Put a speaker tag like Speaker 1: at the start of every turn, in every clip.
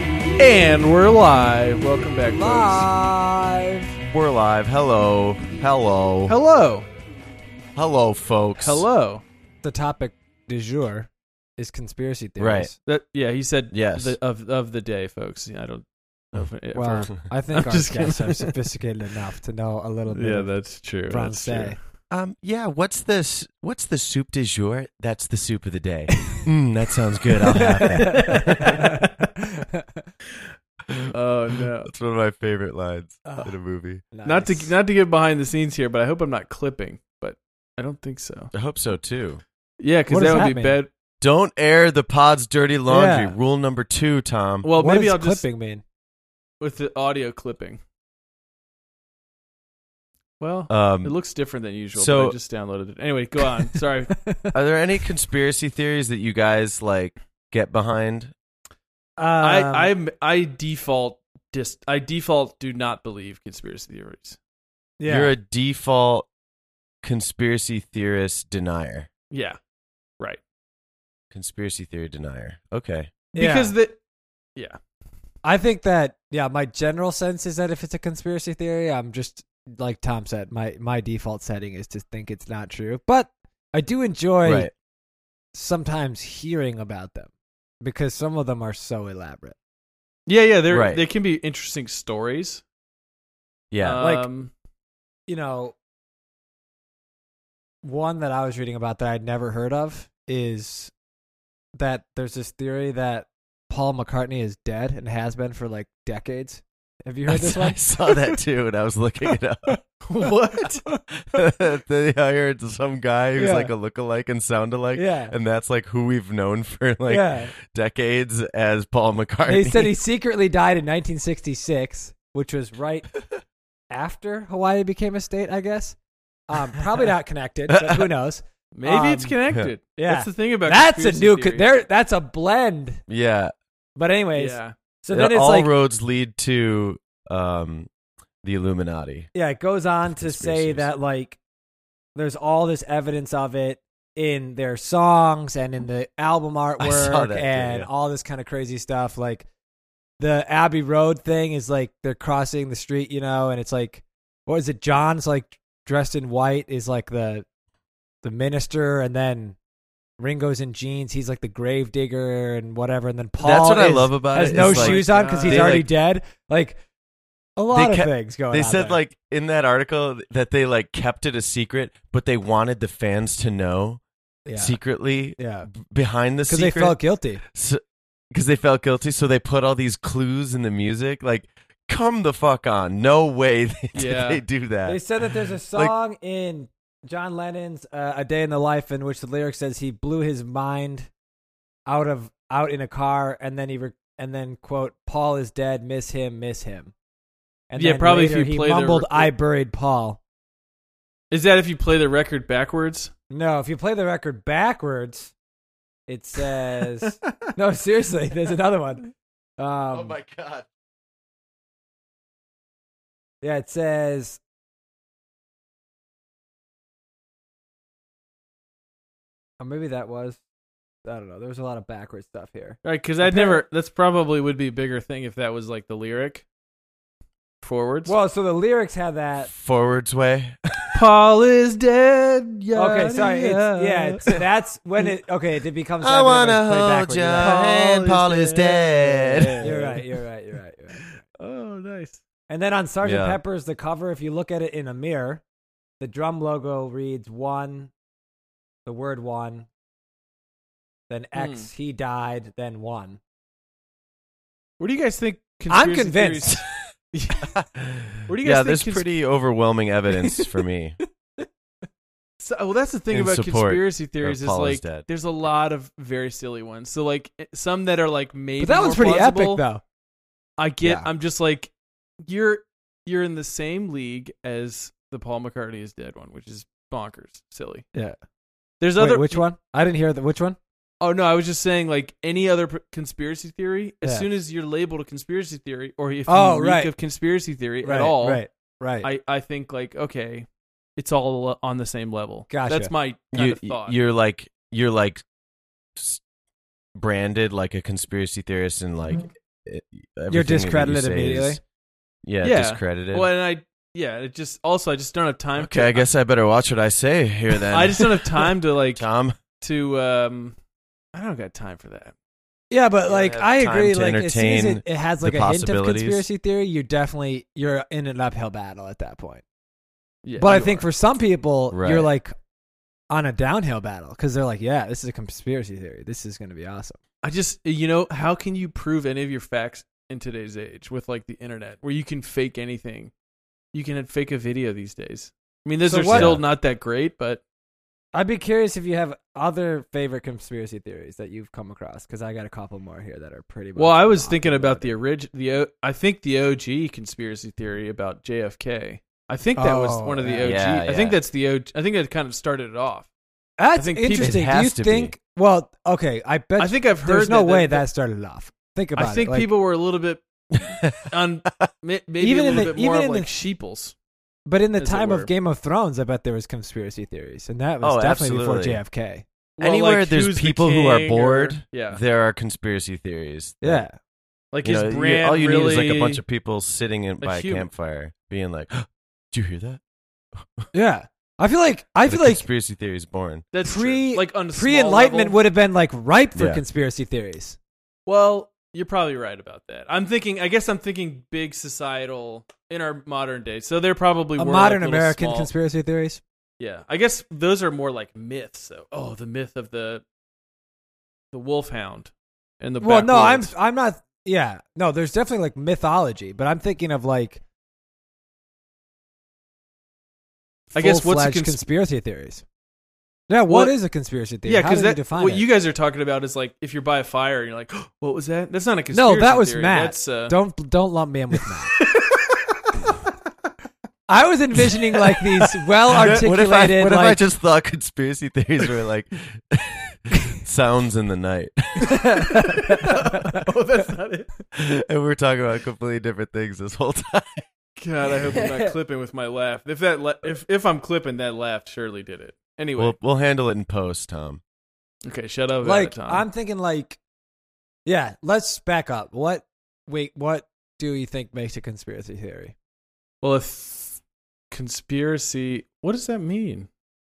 Speaker 1: And we're live. Welcome back, folks.
Speaker 2: Live.
Speaker 3: We're live. Hello. Hello.
Speaker 1: Hello.
Speaker 3: Hello, folks.
Speaker 1: Hello.
Speaker 2: The topic du jour is conspiracy
Speaker 3: Right.
Speaker 2: theories.
Speaker 1: That yeah, he said
Speaker 3: Yes.
Speaker 1: the, of of the day, folks. Yeah, I don't know if if-
Speaker 2: Well, I think
Speaker 1: I'm
Speaker 2: our
Speaker 1: just
Speaker 2: guests
Speaker 1: kidding.
Speaker 2: are sophisticated enough to know a little bit.
Speaker 1: yeah,
Speaker 2: of
Speaker 1: that's true. That's
Speaker 2: Francais.
Speaker 1: true.
Speaker 3: Um, yeah, what's this? What's the soup du jour? That's the soup of the day. mm, that sounds good. I'll have that.
Speaker 1: Oh no.
Speaker 3: That's one of my favorite lines
Speaker 2: Oh,
Speaker 3: in a movie.
Speaker 1: Not
Speaker 2: nice.
Speaker 1: to not to get behind the scenes here, but I hope I'm not clipping, but I don't think so.
Speaker 3: I hope so, too.
Speaker 1: Yeah, cuz
Speaker 2: What
Speaker 1: that,
Speaker 2: does
Speaker 1: would
Speaker 2: that
Speaker 1: be
Speaker 2: mean?
Speaker 1: bad.
Speaker 3: Don't air the pod's dirty laundry.
Speaker 2: Yeah.
Speaker 3: Rule number two, Tom.
Speaker 1: Well,
Speaker 2: what
Speaker 1: maybe
Speaker 2: does
Speaker 1: I'll just
Speaker 2: clipping mean?
Speaker 1: with the audio clipping. Well,
Speaker 3: Um,
Speaker 1: it looks different than usual,
Speaker 3: so-
Speaker 1: but I just downloaded it. Anyway, go on. Sorry.
Speaker 2: Um,
Speaker 3: are there any conspiracy theories that you guys like get behind?
Speaker 2: Um,
Speaker 1: I I I default dis I default do not believe conspiracy theories.
Speaker 2: yeah.
Speaker 3: You're a default conspiracy theorist denier.
Speaker 1: Yeah, right.
Speaker 3: Conspiracy theory denier. Okay.
Speaker 2: Yeah.
Speaker 1: Because the yeah
Speaker 2: I think that yeah, my general sense is that if it's a conspiracy theory, I'm just like Tom said, my my default setting is to think it's not true. But I do enjoy
Speaker 3: Right.
Speaker 2: sometimes hearing about them because some of them are so elaborate.
Speaker 1: yeah yeah they are
Speaker 3: Right.
Speaker 1: they can be interesting stories.
Speaker 3: Yeah.
Speaker 2: like-
Speaker 1: um,
Speaker 2: You know, one that I was reading about that I'd never heard of is that there's this theory that Paul McCartney is dead and has been for like decades. Have you
Speaker 3: I,
Speaker 2: heard this one?
Speaker 3: saw that too, and I was looking it up.
Speaker 1: what?
Speaker 3: they hired some guy who's
Speaker 2: Yeah.
Speaker 3: like a lookalike and soundalike,
Speaker 2: Yeah.
Speaker 3: and that's like who we've known for like
Speaker 2: yeah.
Speaker 3: decades as Paul McCartney.
Speaker 2: They said he secretly died in 1966, which was right after Hawaii became a state, I guess. Um, probably not connected, but who knows?
Speaker 1: Maybe it's
Speaker 2: Um,
Speaker 1: connected.
Speaker 2: yeah.
Speaker 1: that's the thing about
Speaker 2: That's a
Speaker 1: conspiracy
Speaker 2: new
Speaker 1: theories.
Speaker 2: there. That's a blend.
Speaker 3: yeah.
Speaker 2: But anyways,
Speaker 1: Yeah,
Speaker 2: so then it's
Speaker 3: all
Speaker 2: like
Speaker 3: roads lead to um, the Illuminati.
Speaker 2: yeah, it goes on to say
Speaker 3: Conspiracies.
Speaker 2: that like there's all this evidence of it in their songs and in the album
Speaker 3: saw
Speaker 2: artwork
Speaker 3: that,
Speaker 2: and
Speaker 3: yeah.
Speaker 2: all this kind of crazy stuff. Like the Abbey Road thing is like they're crossing the street, you know, and it's like what is it? John's like dressed in white is like the the minister, and then Ringo's in jeans. He's like the grave digger and whatever. And then Paul
Speaker 3: That's what I
Speaker 2: is-
Speaker 3: love about
Speaker 2: has
Speaker 3: it,
Speaker 2: no
Speaker 3: is, like,
Speaker 2: shoes on because he's
Speaker 3: they,
Speaker 2: already
Speaker 3: like-
Speaker 2: dead. Like a lot of
Speaker 3: kept-
Speaker 2: things going.
Speaker 3: They
Speaker 2: on
Speaker 3: said
Speaker 2: there.
Speaker 3: like in that article that they like kept it a secret, but they wanted the fans to know
Speaker 2: yeah.
Speaker 3: secretly
Speaker 2: Yeah.
Speaker 3: b- behind the
Speaker 2: Because
Speaker 3: secret.
Speaker 2: they felt guilty.
Speaker 3: because they felt guilty, so they put all these clues in the music. Like, come the fuck on! No way they, did
Speaker 1: Yeah.
Speaker 3: they do that.
Speaker 2: They said that there's a
Speaker 3: Like-
Speaker 2: song in John Lennon's uh, "A Day in the Life" in which the lyric says he blew his mind out of out in a car, and then he re- and then quote Paul is dead, miss him, miss him. And
Speaker 1: Yeah,
Speaker 2: then
Speaker 1: probably if
Speaker 2: later
Speaker 1: you
Speaker 2: he
Speaker 1: play the
Speaker 2: mumbled,
Speaker 1: rec-
Speaker 2: "I buried Paul."
Speaker 1: is that if you play the record backwards?
Speaker 2: No, if you play the record backwards, it says no. Seriously, there's another one. Um,
Speaker 3: oh my god!
Speaker 2: Yeah, it says. Or oh, maybe that was. I don't know. There was a lot of backward stuff here.
Speaker 1: Right, because I
Speaker 2: Appar-
Speaker 1: never. That's probably would be a bigger thing if that was like the lyric forwards.
Speaker 2: Well, so the lyrics had that.
Speaker 3: Forwards way.
Speaker 1: Paul is dead. Yada,
Speaker 2: Okay, sorry. It's,
Speaker 1: yada.
Speaker 2: yeah, it's, that's when it. Okay, it becomes.
Speaker 3: uh. I
Speaker 2: that when
Speaker 3: wanna
Speaker 2: it was
Speaker 3: hold
Speaker 2: played backward.
Speaker 3: you,
Speaker 2: You're right.
Speaker 3: and Paul is dead.
Speaker 2: You're right. You're right. You're right. You're right.
Speaker 1: Oh, nice.
Speaker 2: And then on Sergeant
Speaker 3: Yeah.
Speaker 2: Pepper's the cover, if you look at it in a mirror, the drum logo reads one, the word one, then
Speaker 3: Hmm.
Speaker 2: X, he died, then one.
Speaker 1: What do you guys think? conspiracy
Speaker 2: I'm convinced.
Speaker 1: theories-
Speaker 3: what
Speaker 1: do you guys
Speaker 3: yeah,
Speaker 1: think
Speaker 3: there's
Speaker 1: cons-
Speaker 3: pretty overwhelming evidence for me.
Speaker 1: So, well, that's the thing
Speaker 3: In
Speaker 1: about
Speaker 3: support
Speaker 1: conspiracy theories is
Speaker 3: Paul is
Speaker 1: like
Speaker 3: dead.
Speaker 1: there's a lot of very silly ones. So like eh, some that are like maybe
Speaker 2: But that one's
Speaker 1: more
Speaker 2: pretty
Speaker 1: plausible,
Speaker 2: epic, though.
Speaker 1: I get.
Speaker 3: Yeah.
Speaker 1: I'm just like you're you're in the same league as the Paul McCartney is dead one, which is bonkers, silly.
Speaker 2: Yeah.
Speaker 1: There's
Speaker 2: Wait,
Speaker 1: other
Speaker 2: which one? I didn't hear the which one.
Speaker 1: Oh no, I was just saying like any other p- conspiracy theory. As
Speaker 2: Yeah.
Speaker 1: soon as you're labeled a conspiracy theory, or if you
Speaker 2: Oh,
Speaker 1: reek
Speaker 2: right.
Speaker 1: of conspiracy theory
Speaker 2: Right,
Speaker 1: at all,
Speaker 2: Right, right.
Speaker 1: I I think like okay, it's all uh, on the same level.
Speaker 2: Gotcha.
Speaker 1: That's my kind
Speaker 3: you,
Speaker 1: of thought.
Speaker 3: you're like you're like s- branded like a conspiracy theorist and like it- everything that you
Speaker 2: discredited
Speaker 3: say is-
Speaker 2: immediately?
Speaker 3: yeah,
Speaker 1: Yeah.
Speaker 3: discredited.
Speaker 1: Well, and I yeah, it just also I just don't have time.
Speaker 3: okay,
Speaker 1: to,
Speaker 3: I guess I better watch what I say here then.
Speaker 1: I just don't have time to like
Speaker 3: Tom.
Speaker 1: to um. I don't got time for that.
Speaker 2: Yeah, but
Speaker 3: Yeah,
Speaker 2: like
Speaker 3: have
Speaker 2: I agree.
Speaker 3: uh, time
Speaker 2: Like
Speaker 3: to
Speaker 2: as soon as it,
Speaker 3: entertain
Speaker 2: it has like
Speaker 3: the
Speaker 2: a hint of
Speaker 3: possibilities.
Speaker 2: conspiracy theory, you're definitely you're in an uphill battle at that point.
Speaker 1: Yeah,
Speaker 2: but I
Speaker 1: you
Speaker 2: think
Speaker 1: are.
Speaker 2: for some people,
Speaker 3: Right.
Speaker 2: you're like on a downhill battle because they're like, yeah, this is a conspiracy theory. This is going to be awesome.
Speaker 1: I just you know how can you prove any of your facts in today's age with like the internet where you can fake anything? You can fake a video these days. I mean, those
Speaker 2: So
Speaker 1: are
Speaker 2: what-
Speaker 1: still not that great, but
Speaker 2: I'd be curious if you have other favorite conspiracy theories that you've come across because I got a couple more here that are pretty.
Speaker 1: well,
Speaker 2: much
Speaker 1: I was
Speaker 2: locked
Speaker 1: thinking
Speaker 2: and
Speaker 1: about the
Speaker 2: loaded.
Speaker 1: original. The O- I think the OG conspiracy theory about JFK. I think that was
Speaker 2: Oh,
Speaker 1: one of the
Speaker 2: yeah.
Speaker 1: OG.
Speaker 3: Yeah,
Speaker 1: I think
Speaker 3: yeah.
Speaker 1: that's the OG. I think that kind of started it off.
Speaker 2: That's
Speaker 1: think people-
Speaker 2: interesting.
Speaker 3: It
Speaker 2: Do you
Speaker 3: has to be.
Speaker 2: think? Well, okay, I bet.
Speaker 1: I think I've heard.
Speaker 2: there's no
Speaker 1: that,
Speaker 2: way
Speaker 1: that
Speaker 2: that, started it off. Think about it.
Speaker 1: I think
Speaker 2: like-
Speaker 1: people were a little bit on maybe
Speaker 2: Even
Speaker 1: a
Speaker 2: in
Speaker 1: little
Speaker 2: the-
Speaker 1: bit more of
Speaker 2: even in
Speaker 1: like
Speaker 2: the-
Speaker 1: sheeples.
Speaker 2: But in the
Speaker 1: as it
Speaker 2: time
Speaker 1: were.
Speaker 2: of Game of Thrones, I bet there was conspiracy theories, and that was
Speaker 3: Oh,
Speaker 2: definitely
Speaker 3: absolutely.
Speaker 2: before JFK.
Speaker 1: Well,
Speaker 3: Anywhere
Speaker 1: like,
Speaker 3: there's
Speaker 1: who's the
Speaker 3: people who are
Speaker 1: king
Speaker 3: bored,
Speaker 1: or- yeah,
Speaker 3: there are conspiracy theories. that,
Speaker 2: Yeah,
Speaker 1: like
Speaker 3: you
Speaker 1: his
Speaker 3: know, you-
Speaker 1: brand.
Speaker 3: all you
Speaker 1: really,
Speaker 3: need is like a bunch of people sitting in, by
Speaker 1: human.
Speaker 3: a campfire, being like, "Did you hear that?"
Speaker 2: yeah. I feel like I
Speaker 3: The
Speaker 2: feel like
Speaker 3: conspiracy theory is born.
Speaker 1: that's true.
Speaker 2: pre-
Speaker 1: like on a small
Speaker 2: pre Enlightenment
Speaker 1: level.
Speaker 2: would have been like ripe for
Speaker 3: Yeah.
Speaker 2: conspiracy theories.
Speaker 1: Well, you're probably right about that. I'm thinking. I guess I'm thinking big societal in our modern day. So they're probably
Speaker 2: A
Speaker 1: were, like,
Speaker 2: modern
Speaker 1: little
Speaker 2: American
Speaker 1: small-
Speaker 2: conspiracy theories.
Speaker 1: Yeah, I guess those are more like myths. Though. Oh, the myth of the the wolfhound and the
Speaker 2: Well, no, I'm
Speaker 1: backwoods.
Speaker 2: I'm not. Yeah, no, there's definitely like mythology, but I'm thinking of like.
Speaker 1: I guess what's a
Speaker 2: full-fledged
Speaker 1: consp-
Speaker 2: conspiracy theories? Yeah, what
Speaker 1: Well,
Speaker 2: is a conspiracy theory?
Speaker 1: yeah,
Speaker 2: How
Speaker 1: because
Speaker 2: do you
Speaker 1: that
Speaker 2: define
Speaker 1: what
Speaker 2: it?
Speaker 1: you guys are talking about is like if you're by a fire and you're like, what was that? That's not a conspiracy.
Speaker 2: no, that was
Speaker 1: theory.
Speaker 2: Matt.
Speaker 1: That's, uh,
Speaker 2: Don't don't lump me in with Matt. I was envisioning like these well
Speaker 3: what if, I,
Speaker 2: articulated
Speaker 3: what if I
Speaker 2: like
Speaker 3: just thought conspiracy theories were like sounds in the night,
Speaker 1: oh, that's not it.
Speaker 3: and we're talking about completely different things this whole time?
Speaker 1: God, I hope I'm not clipping with my laugh. If that la- if if I'm clipping, that laugh surely did it. Anyway,
Speaker 3: We'll we'll handle it in post, Tom.
Speaker 1: okay, shut up. about it,
Speaker 2: like
Speaker 1: Tom.
Speaker 2: I'm thinking like yeah, let's back up. What wait, what do you think makes a conspiracy theory?
Speaker 1: Well, a th- conspiracy. What does that mean?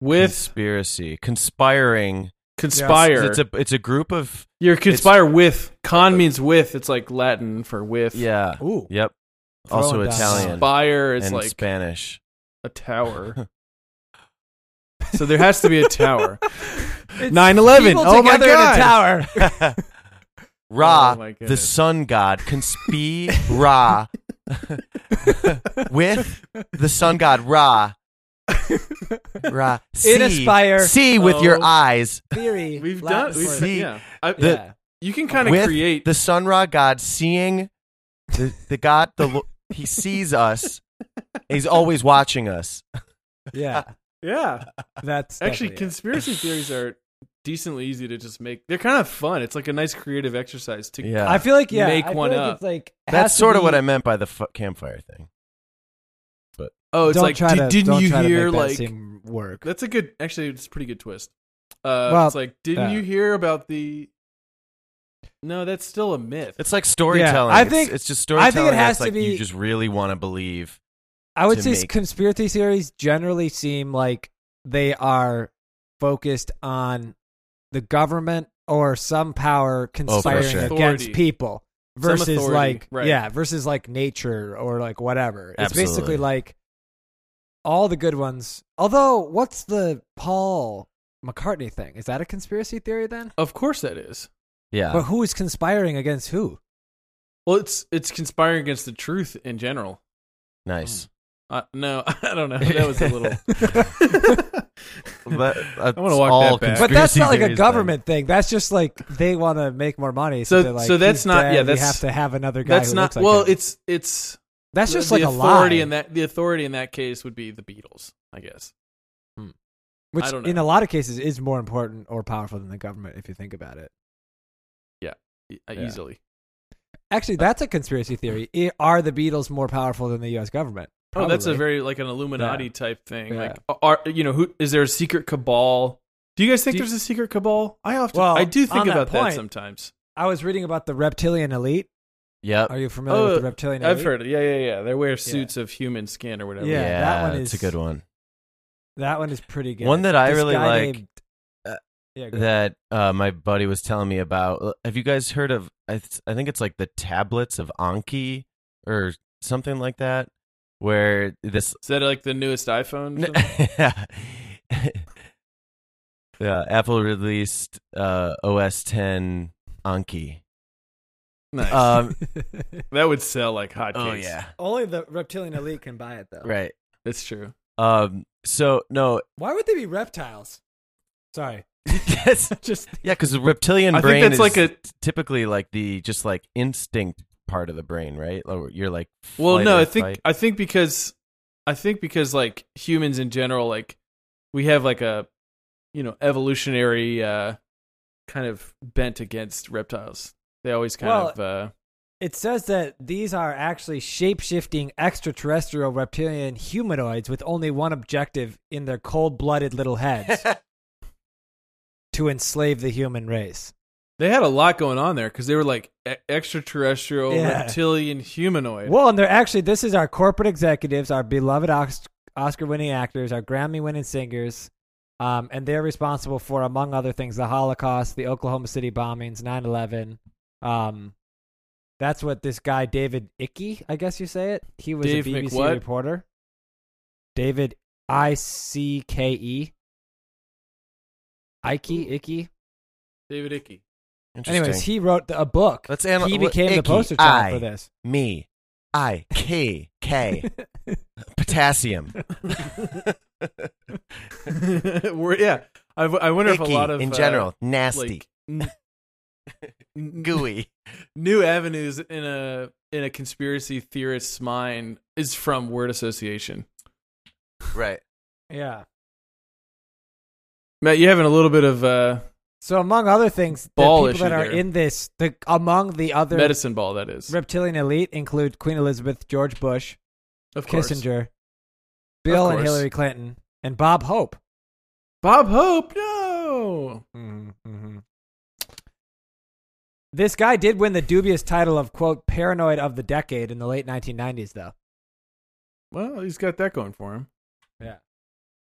Speaker 1: With
Speaker 3: conspiracy, conspiring,
Speaker 1: conspire,
Speaker 3: it's a it's a group of
Speaker 1: you're conspire with. Con means with. It's like Latin for with.
Speaker 3: yeah,
Speaker 2: Ooh.
Speaker 3: yep.
Speaker 2: Throwing
Speaker 3: Also
Speaker 2: down.
Speaker 3: Italian
Speaker 1: Spire is
Speaker 3: and
Speaker 1: like
Speaker 3: Spanish.
Speaker 1: a tower. so there has to be a tower. 9/11.
Speaker 2: people
Speaker 1: Oh my
Speaker 2: together
Speaker 1: God.
Speaker 2: In a tower.
Speaker 3: Ra,
Speaker 1: Oh my
Speaker 3: the
Speaker 1: goodness.
Speaker 3: sun god, conspi Ra with the sun god Ra. Ra. See,
Speaker 2: Inspire.
Speaker 3: See with your
Speaker 1: Oh.
Speaker 3: eyes.
Speaker 2: Theory.
Speaker 1: We've
Speaker 2: Latin
Speaker 1: done. We've
Speaker 2: word.
Speaker 3: See,
Speaker 1: yeah. I,
Speaker 3: the-
Speaker 2: yeah.
Speaker 1: you can kind of
Speaker 3: with
Speaker 1: create.
Speaker 3: the sun ra god seeing the, the god the lo- he sees us. He's always watching us.
Speaker 2: yeah.
Speaker 1: yeah.
Speaker 2: That's
Speaker 1: Actually,
Speaker 2: definitely it.
Speaker 1: conspiracy theories are decently easy to just make. They're kind of fun. It's like a nice creative exercise to.
Speaker 3: Yeah.
Speaker 2: I feel like yeah,
Speaker 1: Make
Speaker 2: I feel
Speaker 1: one
Speaker 2: like
Speaker 1: up.
Speaker 2: It's like
Speaker 3: That's sort of what I
Speaker 2: meant.
Speaker 3: meant by the f- campfire thing.
Speaker 1: Oh, it's
Speaker 2: don't
Speaker 1: like "Di-
Speaker 2: try to,
Speaker 1: didn't
Speaker 2: don't
Speaker 1: you
Speaker 2: try to make
Speaker 1: hear
Speaker 2: that
Speaker 1: like
Speaker 2: seem work?
Speaker 1: That's a good, actually, it's a pretty good twist. Uh,
Speaker 2: Well,
Speaker 1: it's like, didn't
Speaker 2: yeah.
Speaker 1: you hear about the? No, that's still a myth.
Speaker 3: It's like storytelling.
Speaker 2: I
Speaker 3: It's-
Speaker 2: think-
Speaker 3: it's, just
Speaker 2: I think it
Speaker 3: storytelling. that's
Speaker 2: has to
Speaker 3: like
Speaker 2: be-
Speaker 3: you just really want to believe.
Speaker 2: I would
Speaker 3: to
Speaker 2: say
Speaker 3: make-
Speaker 2: conspiracy theories generally seem like they are focused on the government or some power conspiring
Speaker 3: Oh, sure.
Speaker 2: against
Speaker 1: Authority.
Speaker 2: people
Speaker 1: Some
Speaker 2: versus
Speaker 1: authority,
Speaker 2: like
Speaker 1: right.
Speaker 2: yeah versus like nature or like whatever. It's
Speaker 3: Absolutely.
Speaker 2: basically like all the good ones. Although, what's the Paul McCartney thing? Is that a conspiracy theory then?
Speaker 1: of course that is.
Speaker 3: Yeah.
Speaker 2: But who is conspiring against who?
Speaker 1: Well, it's it's conspiring against the truth in general.
Speaker 3: nice.
Speaker 1: Uh, no, I don't know. That was a little.
Speaker 3: But that's
Speaker 1: wanna walk
Speaker 3: all
Speaker 1: that back.
Speaker 2: But that's
Speaker 3: conspiracy
Speaker 2: not like a
Speaker 3: theories, then.
Speaker 2: government thing. That's just like they want to make more money. So,
Speaker 1: So-
Speaker 2: they're like,
Speaker 1: so that's
Speaker 2: "He's
Speaker 1: not-
Speaker 2: dead,
Speaker 1: yeah,
Speaker 2: we
Speaker 1: that's-
Speaker 2: have to have another guy.
Speaker 1: that's
Speaker 2: who
Speaker 1: not
Speaker 2: looks like
Speaker 1: well.
Speaker 2: him."
Speaker 1: It's it's
Speaker 2: that's just
Speaker 1: the
Speaker 2: like a lie.
Speaker 1: authority in that the authority in that case would be the Beatles, I guess.
Speaker 2: which
Speaker 1: I don't
Speaker 2: in
Speaker 1: know.
Speaker 2: a lot of cases is more important or powerful than the government if you think about it.
Speaker 1: E-
Speaker 2: Yeah.
Speaker 1: Easily,
Speaker 2: Actually,
Speaker 1: Uh,
Speaker 2: that's a conspiracy theory. I- Are the Beatles more powerful than the U.S. government?
Speaker 1: oh, that's a
Speaker 2: Probably.
Speaker 1: very like an Illuminati type thing.
Speaker 2: Yeah.
Speaker 1: Like, are you know who is there a secret cabal? Do you guys think
Speaker 2: Do you-
Speaker 1: there's a secret cabal? I often
Speaker 2: Well,
Speaker 1: I do think
Speaker 2: on that
Speaker 1: about that
Speaker 2: point-
Speaker 1: sometimes.
Speaker 2: I was reading about the reptilian elite,
Speaker 3: Yep.
Speaker 2: Are you familiar with
Speaker 1: Oh,
Speaker 2: the reptilian?
Speaker 1: I've
Speaker 2: elite?
Speaker 1: heard it. Yeah, yeah, yeah. They wear suits of human skin or whatever.
Speaker 2: Yeah, that one
Speaker 3: it's
Speaker 2: is-
Speaker 3: a good one.
Speaker 2: that one is pretty good.
Speaker 3: One that I really
Speaker 2: guy
Speaker 3: like,
Speaker 2: named-
Speaker 3: uh,
Speaker 2: yeah, go ahead.
Speaker 3: That uh, my buddy was telling me about. uh, Have you guys heard of? I, th- I think it's like the tablets of Anki or something like that, where this.
Speaker 1: Is that like the newest iPhone? or something?
Speaker 3: yeah, Apple released uh, OS 10 Anki.
Speaker 1: nice.
Speaker 3: Um,
Speaker 1: that would sell like hotcakes.
Speaker 2: Oh, Only the reptilian elite can buy it though.
Speaker 3: right.
Speaker 1: that's true.
Speaker 3: Um. So no,
Speaker 2: Why would they be reptiles? Sorry,
Speaker 3: that's
Speaker 2: just
Speaker 3: yeah, because the reptilian
Speaker 1: I
Speaker 3: brain
Speaker 1: think that's like
Speaker 3: is
Speaker 1: a
Speaker 3: typically like the just like instinct part of the brain, right? Like, where You're like
Speaker 1: well,
Speaker 3: flight
Speaker 1: no.
Speaker 3: or
Speaker 1: I think
Speaker 3: fight.
Speaker 1: I think because I think because like humans in general, like we have like a you know evolutionary uh kind of bent against reptiles. They always kind
Speaker 2: Well,
Speaker 1: of uh
Speaker 2: it says that these are actually shape-shifting extraterrestrial reptilian humanoids with only one objective in their cold-blooded little heads to enslave the human race.
Speaker 1: they had a lot going on there because they were like e- extraterrestrial,
Speaker 2: Yeah.
Speaker 1: reptilian, humanoid.
Speaker 2: Well, and they're actually this is our corporate executives, our beloved Ox- Oscar-winning actors, our Grammy-winning singers, um, and they're responsible for, among other things, the Holocaust, the Oklahoma City bombings, 9/11. Um, that's what this guy David Icky, I guess you say it. He was
Speaker 1: Dave
Speaker 2: a BBC
Speaker 1: McWhat?
Speaker 2: reporter. David I C K E. Ike Icky.
Speaker 1: David Icky.
Speaker 3: Interesting.
Speaker 2: Anyways, he wrote the- a book.
Speaker 3: Let's analyze.
Speaker 2: he became the poster child for this.
Speaker 3: Me, I K K potassium.
Speaker 1: We're- yeah, I, w- I wonder if a
Speaker 3: Icky,
Speaker 1: lot of
Speaker 3: in
Speaker 1: uh,
Speaker 3: general nasty,
Speaker 1: like n- n-
Speaker 3: gooey.
Speaker 1: new avenues in a in a conspiracy theorist's mind is from word association.
Speaker 3: right.
Speaker 2: Yeah.
Speaker 1: Matt, you having a little bit of uh,
Speaker 2: So among other things, the
Speaker 1: Ball
Speaker 2: people that
Speaker 1: issue
Speaker 2: are
Speaker 1: there.
Speaker 2: in this, the among the other
Speaker 1: medicine ball. That is,
Speaker 2: reptilian elite include Queen Elizabeth, George Bush,
Speaker 1: of course.
Speaker 2: Kissinger, Bill and
Speaker 1: course.
Speaker 2: Hillary Clinton, and Bob Hope.
Speaker 1: Bob Hope. No, Mm-hmm.
Speaker 2: This guy did win the dubious title of quote paranoid of the decade in the late 1990s, though.
Speaker 1: well, he's got that going for him.
Speaker 2: Yeah.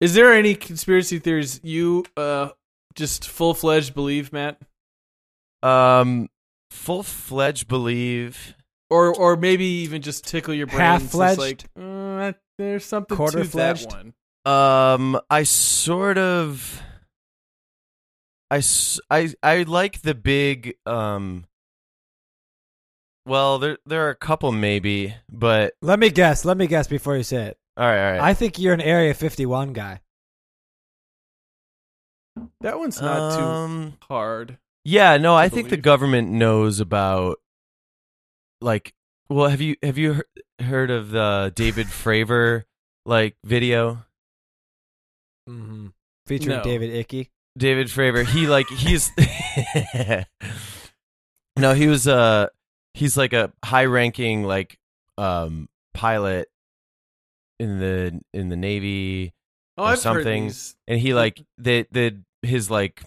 Speaker 1: Is there any conspiracy theories you uh, just full fledged believe, Matt,
Speaker 3: Um, full fledged believe.
Speaker 1: or or maybe even just tickle your brain? It's just
Speaker 2: Half-fledged?
Speaker 1: like uh, there's something to that
Speaker 2: Quarter-fledged?
Speaker 1: one.
Speaker 3: Um, I sort of. I, s- I, I like the big um. Well, there there are a couple maybe, but
Speaker 2: Let me guess. Let me guess before you say it.
Speaker 3: all right, all right.
Speaker 2: I think you're an Area 51 guy.
Speaker 1: That one's not
Speaker 3: Um,
Speaker 1: too hard.
Speaker 3: Yeah, no, I
Speaker 1: to
Speaker 3: think the
Speaker 1: believe.
Speaker 3: government knows about like well, have you have you he- heard of the David Fravor like video?
Speaker 2: Mm-hmm. Featuring
Speaker 1: No.
Speaker 2: David Icky.
Speaker 3: David Fravor, he like he's No, he was uh he's like a high-ranking like um pilot in the in the Navy
Speaker 1: Oh,
Speaker 3: or
Speaker 1: I've
Speaker 3: something.
Speaker 1: heard these.
Speaker 3: and he like the the his like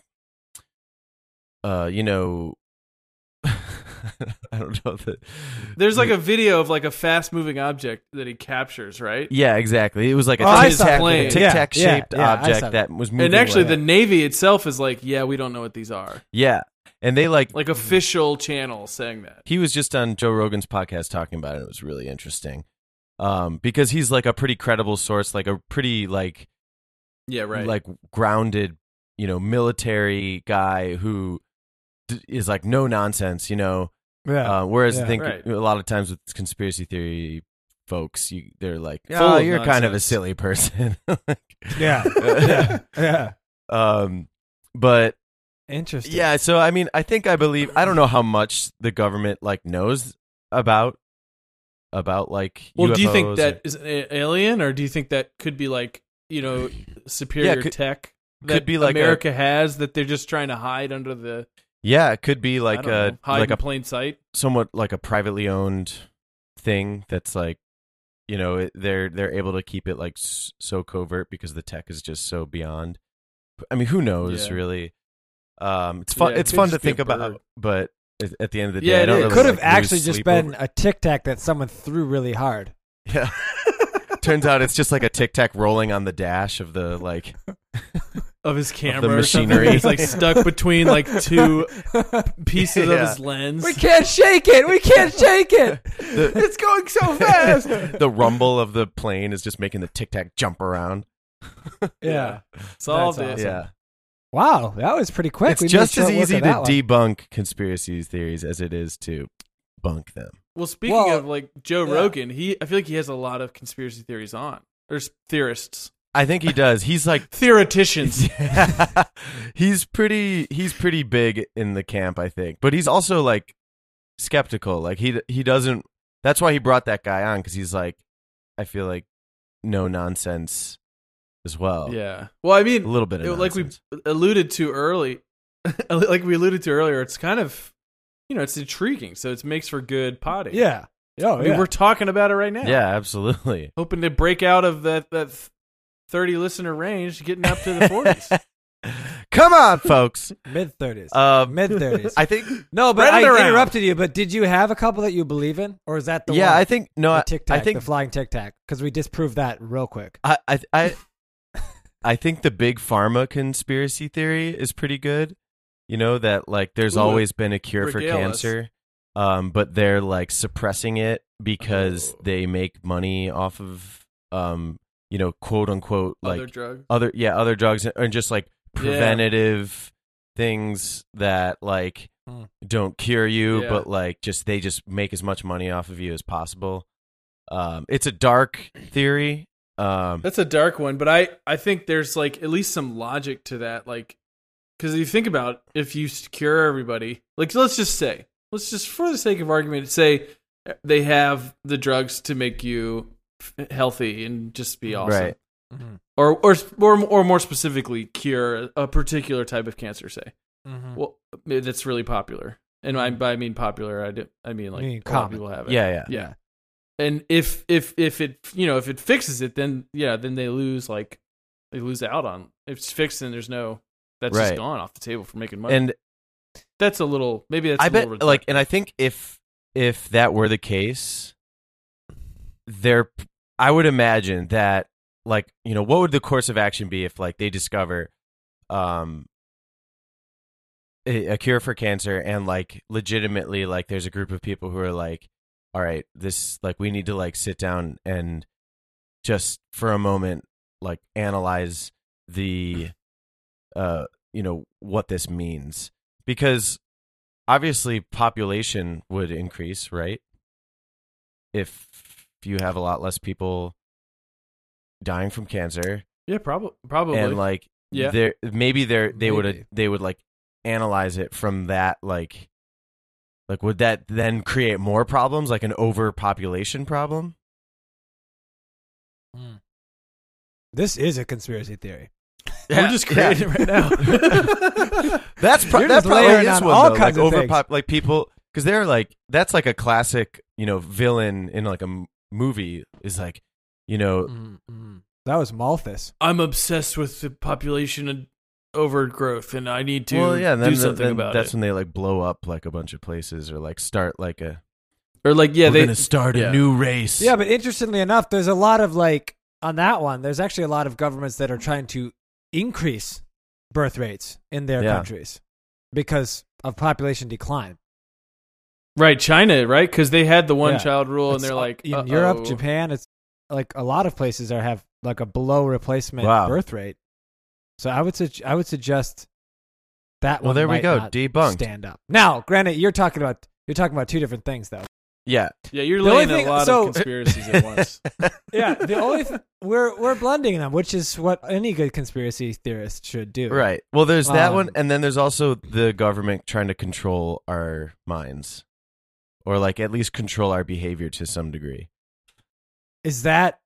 Speaker 3: uh you know I don't know the
Speaker 1: There's like a video of like a fast moving object that he captures, right?
Speaker 3: Yeah, exactly. It was like a
Speaker 2: Oh, I
Speaker 3: tic
Speaker 2: saw
Speaker 3: tac,
Speaker 2: that.
Speaker 1: Yeah,
Speaker 3: tac shaped
Speaker 2: yeah, yeah, I saw
Speaker 3: object that was moving.
Speaker 1: and actually,
Speaker 3: away.
Speaker 1: the Navy itself is like, yeah, we don't know what these are.
Speaker 3: yeah, and they like
Speaker 1: Like official channel saying that.
Speaker 3: he was just on Joe Rogan's podcast talking about it. It was really interesting um, because he's like a pretty credible source, like a pretty like
Speaker 1: Yeah, right.
Speaker 3: like grounded, you know, military guy who d- is like no nonsense, you know.
Speaker 1: Um.
Speaker 2: Yeah.
Speaker 3: Uh, whereas
Speaker 2: yeah.
Speaker 3: I think
Speaker 1: Right.
Speaker 3: a lot of times with conspiracy theory folks, you they're like,
Speaker 1: Full
Speaker 3: oh,
Speaker 1: of
Speaker 3: you're kind of a
Speaker 1: nonsense.
Speaker 3: silly person.
Speaker 2: yeah. yeah. Yeah.
Speaker 3: um, but
Speaker 2: Interesting.
Speaker 3: Yeah, so I mean, I think I believe I don't know how much the government like knows about about like.
Speaker 1: well, do you
Speaker 3: UFOs
Speaker 1: think
Speaker 3: or-
Speaker 1: that is an alien, or do you think that could be like you know superior
Speaker 3: could-
Speaker 1: tech
Speaker 3: could
Speaker 1: that
Speaker 3: be like
Speaker 1: America has that they're just trying to hide under the
Speaker 3: yeah, it could be
Speaker 1: like
Speaker 3: like
Speaker 1: I
Speaker 3: a
Speaker 1: don't know, hide
Speaker 3: like
Speaker 1: in
Speaker 3: a
Speaker 1: plain sight?
Speaker 3: somewhat like a privately owned thing that's like you know it, they're they're able to keep it like s- so covert because the tech is just so beyond. I mean, who knows
Speaker 1: Yeah.
Speaker 3: really? Um, it's fun.
Speaker 1: Yeah, it
Speaker 3: it's
Speaker 1: could
Speaker 3: fun to
Speaker 1: just be a
Speaker 3: think about,
Speaker 1: bird.
Speaker 3: but at- at the end of the day.
Speaker 1: Yeah,
Speaker 3: I don't
Speaker 1: it
Speaker 3: really,
Speaker 2: could have
Speaker 3: like, lose
Speaker 2: actually just
Speaker 3: sleep
Speaker 2: been
Speaker 3: over-
Speaker 2: a tic tac that someone threw really hard.
Speaker 3: Yeah. Turns out it's just like a tic tac rolling on the dash of the like.
Speaker 1: of his camera
Speaker 3: the
Speaker 1: or something.
Speaker 3: machinery.
Speaker 1: It's like stuck between like two pieces of
Speaker 3: Yeah.
Speaker 1: his lens.
Speaker 2: we can't shake it. We can't shake it.
Speaker 3: The,
Speaker 2: It's going so fast.
Speaker 3: the rumble of the plane is just making the tic tac jump around.
Speaker 2: yeah.
Speaker 1: Solved
Speaker 2: That's
Speaker 1: it.
Speaker 2: awesome.
Speaker 3: Yeah,
Speaker 2: Wow, that was pretty quick.
Speaker 3: it's
Speaker 2: We made
Speaker 3: just
Speaker 2: short
Speaker 3: as
Speaker 2: work
Speaker 3: easy
Speaker 2: of
Speaker 3: to
Speaker 2: that one.
Speaker 3: debunk conspiracy theories as it is to bunk them.
Speaker 1: Well, speaking
Speaker 2: Well,
Speaker 1: of like Joe
Speaker 2: yeah.
Speaker 1: Rogan, he I feel like he has a lot of conspiracy theories on. There's theorists,
Speaker 3: I think he does. He's like
Speaker 1: theoreticians.
Speaker 3: he's pretty he's pretty big in the camp, I think. But he's also like skeptical. Like he he doesn't that's why he brought that guy on cuz he's like I feel like no nonsense as well.
Speaker 1: yeah. Well, I
Speaker 3: A
Speaker 1: mean,
Speaker 3: little bit of
Speaker 1: it- like we
Speaker 3: nonsense.
Speaker 1: alluded to early, like we alluded to earlier, it's kind of you know it's intriguing, so it makes for good potting.
Speaker 2: Yeah. Oh,
Speaker 1: I mean,
Speaker 2: yeah.
Speaker 1: we're talking about it right now.
Speaker 3: Yeah, absolutely.
Speaker 1: hoping to break out of that that thirty listener range, getting up to the forties.
Speaker 3: Come on, folks.
Speaker 2: mid thirties.
Speaker 3: Um
Speaker 2: mid thirties.
Speaker 3: I think
Speaker 2: No, but I
Speaker 1: Spread it around.
Speaker 2: interrupted you. But did you have a couple that you believe in, or is that the
Speaker 3: yeah,
Speaker 2: one?
Speaker 3: I think no,
Speaker 2: the
Speaker 3: I,
Speaker 2: tic
Speaker 3: I
Speaker 2: tac,
Speaker 3: think
Speaker 2: the flying tic tac, because we disproved that real quick.
Speaker 3: I I I, I think the big pharma conspiracy theory is pretty good. You know that like there's
Speaker 1: Ooh,
Speaker 3: always been a cure for
Speaker 1: regale us.
Speaker 3: cancer, um, but they're like suppressing it because
Speaker 1: Oh.
Speaker 3: they make money off of um, you know, quote unquote like
Speaker 1: Other drug.
Speaker 3: other yeah other drugs and- and just like
Speaker 1: Yeah.
Speaker 3: preventative things that like
Speaker 2: Mm.
Speaker 3: don't cure you
Speaker 1: Hmm. Yeah.
Speaker 3: but like just they just make as much money off of you as possible um it's a dark theory um
Speaker 1: That's a dark one, but I I think there's like at least some logic to that, like because you think about if you cure everybody, like let's just say, let's just for the sake of argument, say they have the drugs to make you f- healthy and just be awesome,
Speaker 3: Right. Mm-hmm.
Speaker 2: Mhm.
Speaker 1: or or or or more specifically, cure a particular type of cancer, say.
Speaker 2: Mm-hmm.
Speaker 3: Hmm.
Speaker 1: Well, eh, that's really popular, and I, by I mean popular, I do, I mean like
Speaker 2: You mean
Speaker 1: a lot of
Speaker 2: common.
Speaker 1: people have it.
Speaker 3: yeah yeah
Speaker 1: yeah. And if if if it you know if it fixes it, then yeah, then they lose like they lose out on if it's fixed. Then there's no that's just
Speaker 3: Right.
Speaker 1: gone off the table for making money. And
Speaker 3: and
Speaker 1: that's a little maybe that's
Speaker 3: i
Speaker 1: a
Speaker 3: bet
Speaker 1: little
Speaker 3: like and i think if if that were the case there i would imagine that like you know what would the course of action be if like they discover um a, a cure for cancer and like legitimately like there's a group of people who are like all right this like we need to like sit down and just for a moment like analyze the uh you know what this means because obviously population would increase right if you have a lot less people dying from cancer
Speaker 1: yeah, probably probably
Speaker 3: and like
Speaker 1: Yeah.
Speaker 3: there maybe they're they
Speaker 2: Maybe.
Speaker 3: would they would like analyze it from that like like would that then create more problems like an overpopulation problem
Speaker 2: Mm-hmm. This is a conspiracy theory.
Speaker 1: we're just creating it right now.
Speaker 3: That's pro-
Speaker 2: You're
Speaker 3: that
Speaker 2: just
Speaker 3: probably
Speaker 2: layering
Speaker 3: is
Speaker 2: on
Speaker 3: one
Speaker 2: all
Speaker 3: though.
Speaker 2: kinds
Speaker 3: like
Speaker 2: of things.
Speaker 3: overpop like people because they're like that's like a classic you know villain in like a m- movie is like you know
Speaker 2: That was Malthus.
Speaker 1: I'm obsessed with the population and overgrowth, and I need to
Speaker 3: well yeah and then,
Speaker 1: do something
Speaker 3: then
Speaker 1: about
Speaker 3: that's
Speaker 1: it.
Speaker 3: when they like blow up like a bunch of places or like start like a
Speaker 1: Or like yeah,
Speaker 3: we're
Speaker 1: they
Speaker 3: gonna start
Speaker 1: yeah.
Speaker 3: a new race
Speaker 2: Yeah, but interestingly enough, there's a lot of like on that one. There's actually a lot of governments that are trying to increase birth rates in their
Speaker 3: Yeah.
Speaker 2: countries because of population decline.
Speaker 1: right China right because they had the one
Speaker 2: Yeah.
Speaker 1: child rule, and
Speaker 2: It's
Speaker 1: they're like
Speaker 2: in
Speaker 1: "Uh-oh."
Speaker 2: Europe, Japan, it's like a lot of places are have like a below replacement
Speaker 3: Wow.
Speaker 2: birth rate. So I would sug- I would suggest that
Speaker 3: Well,
Speaker 2: one
Speaker 3: there we
Speaker 2: might
Speaker 3: go.
Speaker 2: not
Speaker 3: Debunked.
Speaker 2: Stand up now. Granted, you're talking about you're talking about two different things though.
Speaker 3: yeah
Speaker 1: Yeah, you're
Speaker 2: The only
Speaker 1: laying
Speaker 2: thing-
Speaker 1: a lot
Speaker 2: so-
Speaker 1: of conspiracies at once.
Speaker 2: yeah, the only th- we're we're blending them, which is what any good conspiracy theorist should do.
Speaker 3: right well there's that
Speaker 2: Um,
Speaker 3: one and then there's also the government trying to control our minds or like at least control our behavior to some degree
Speaker 2: Is that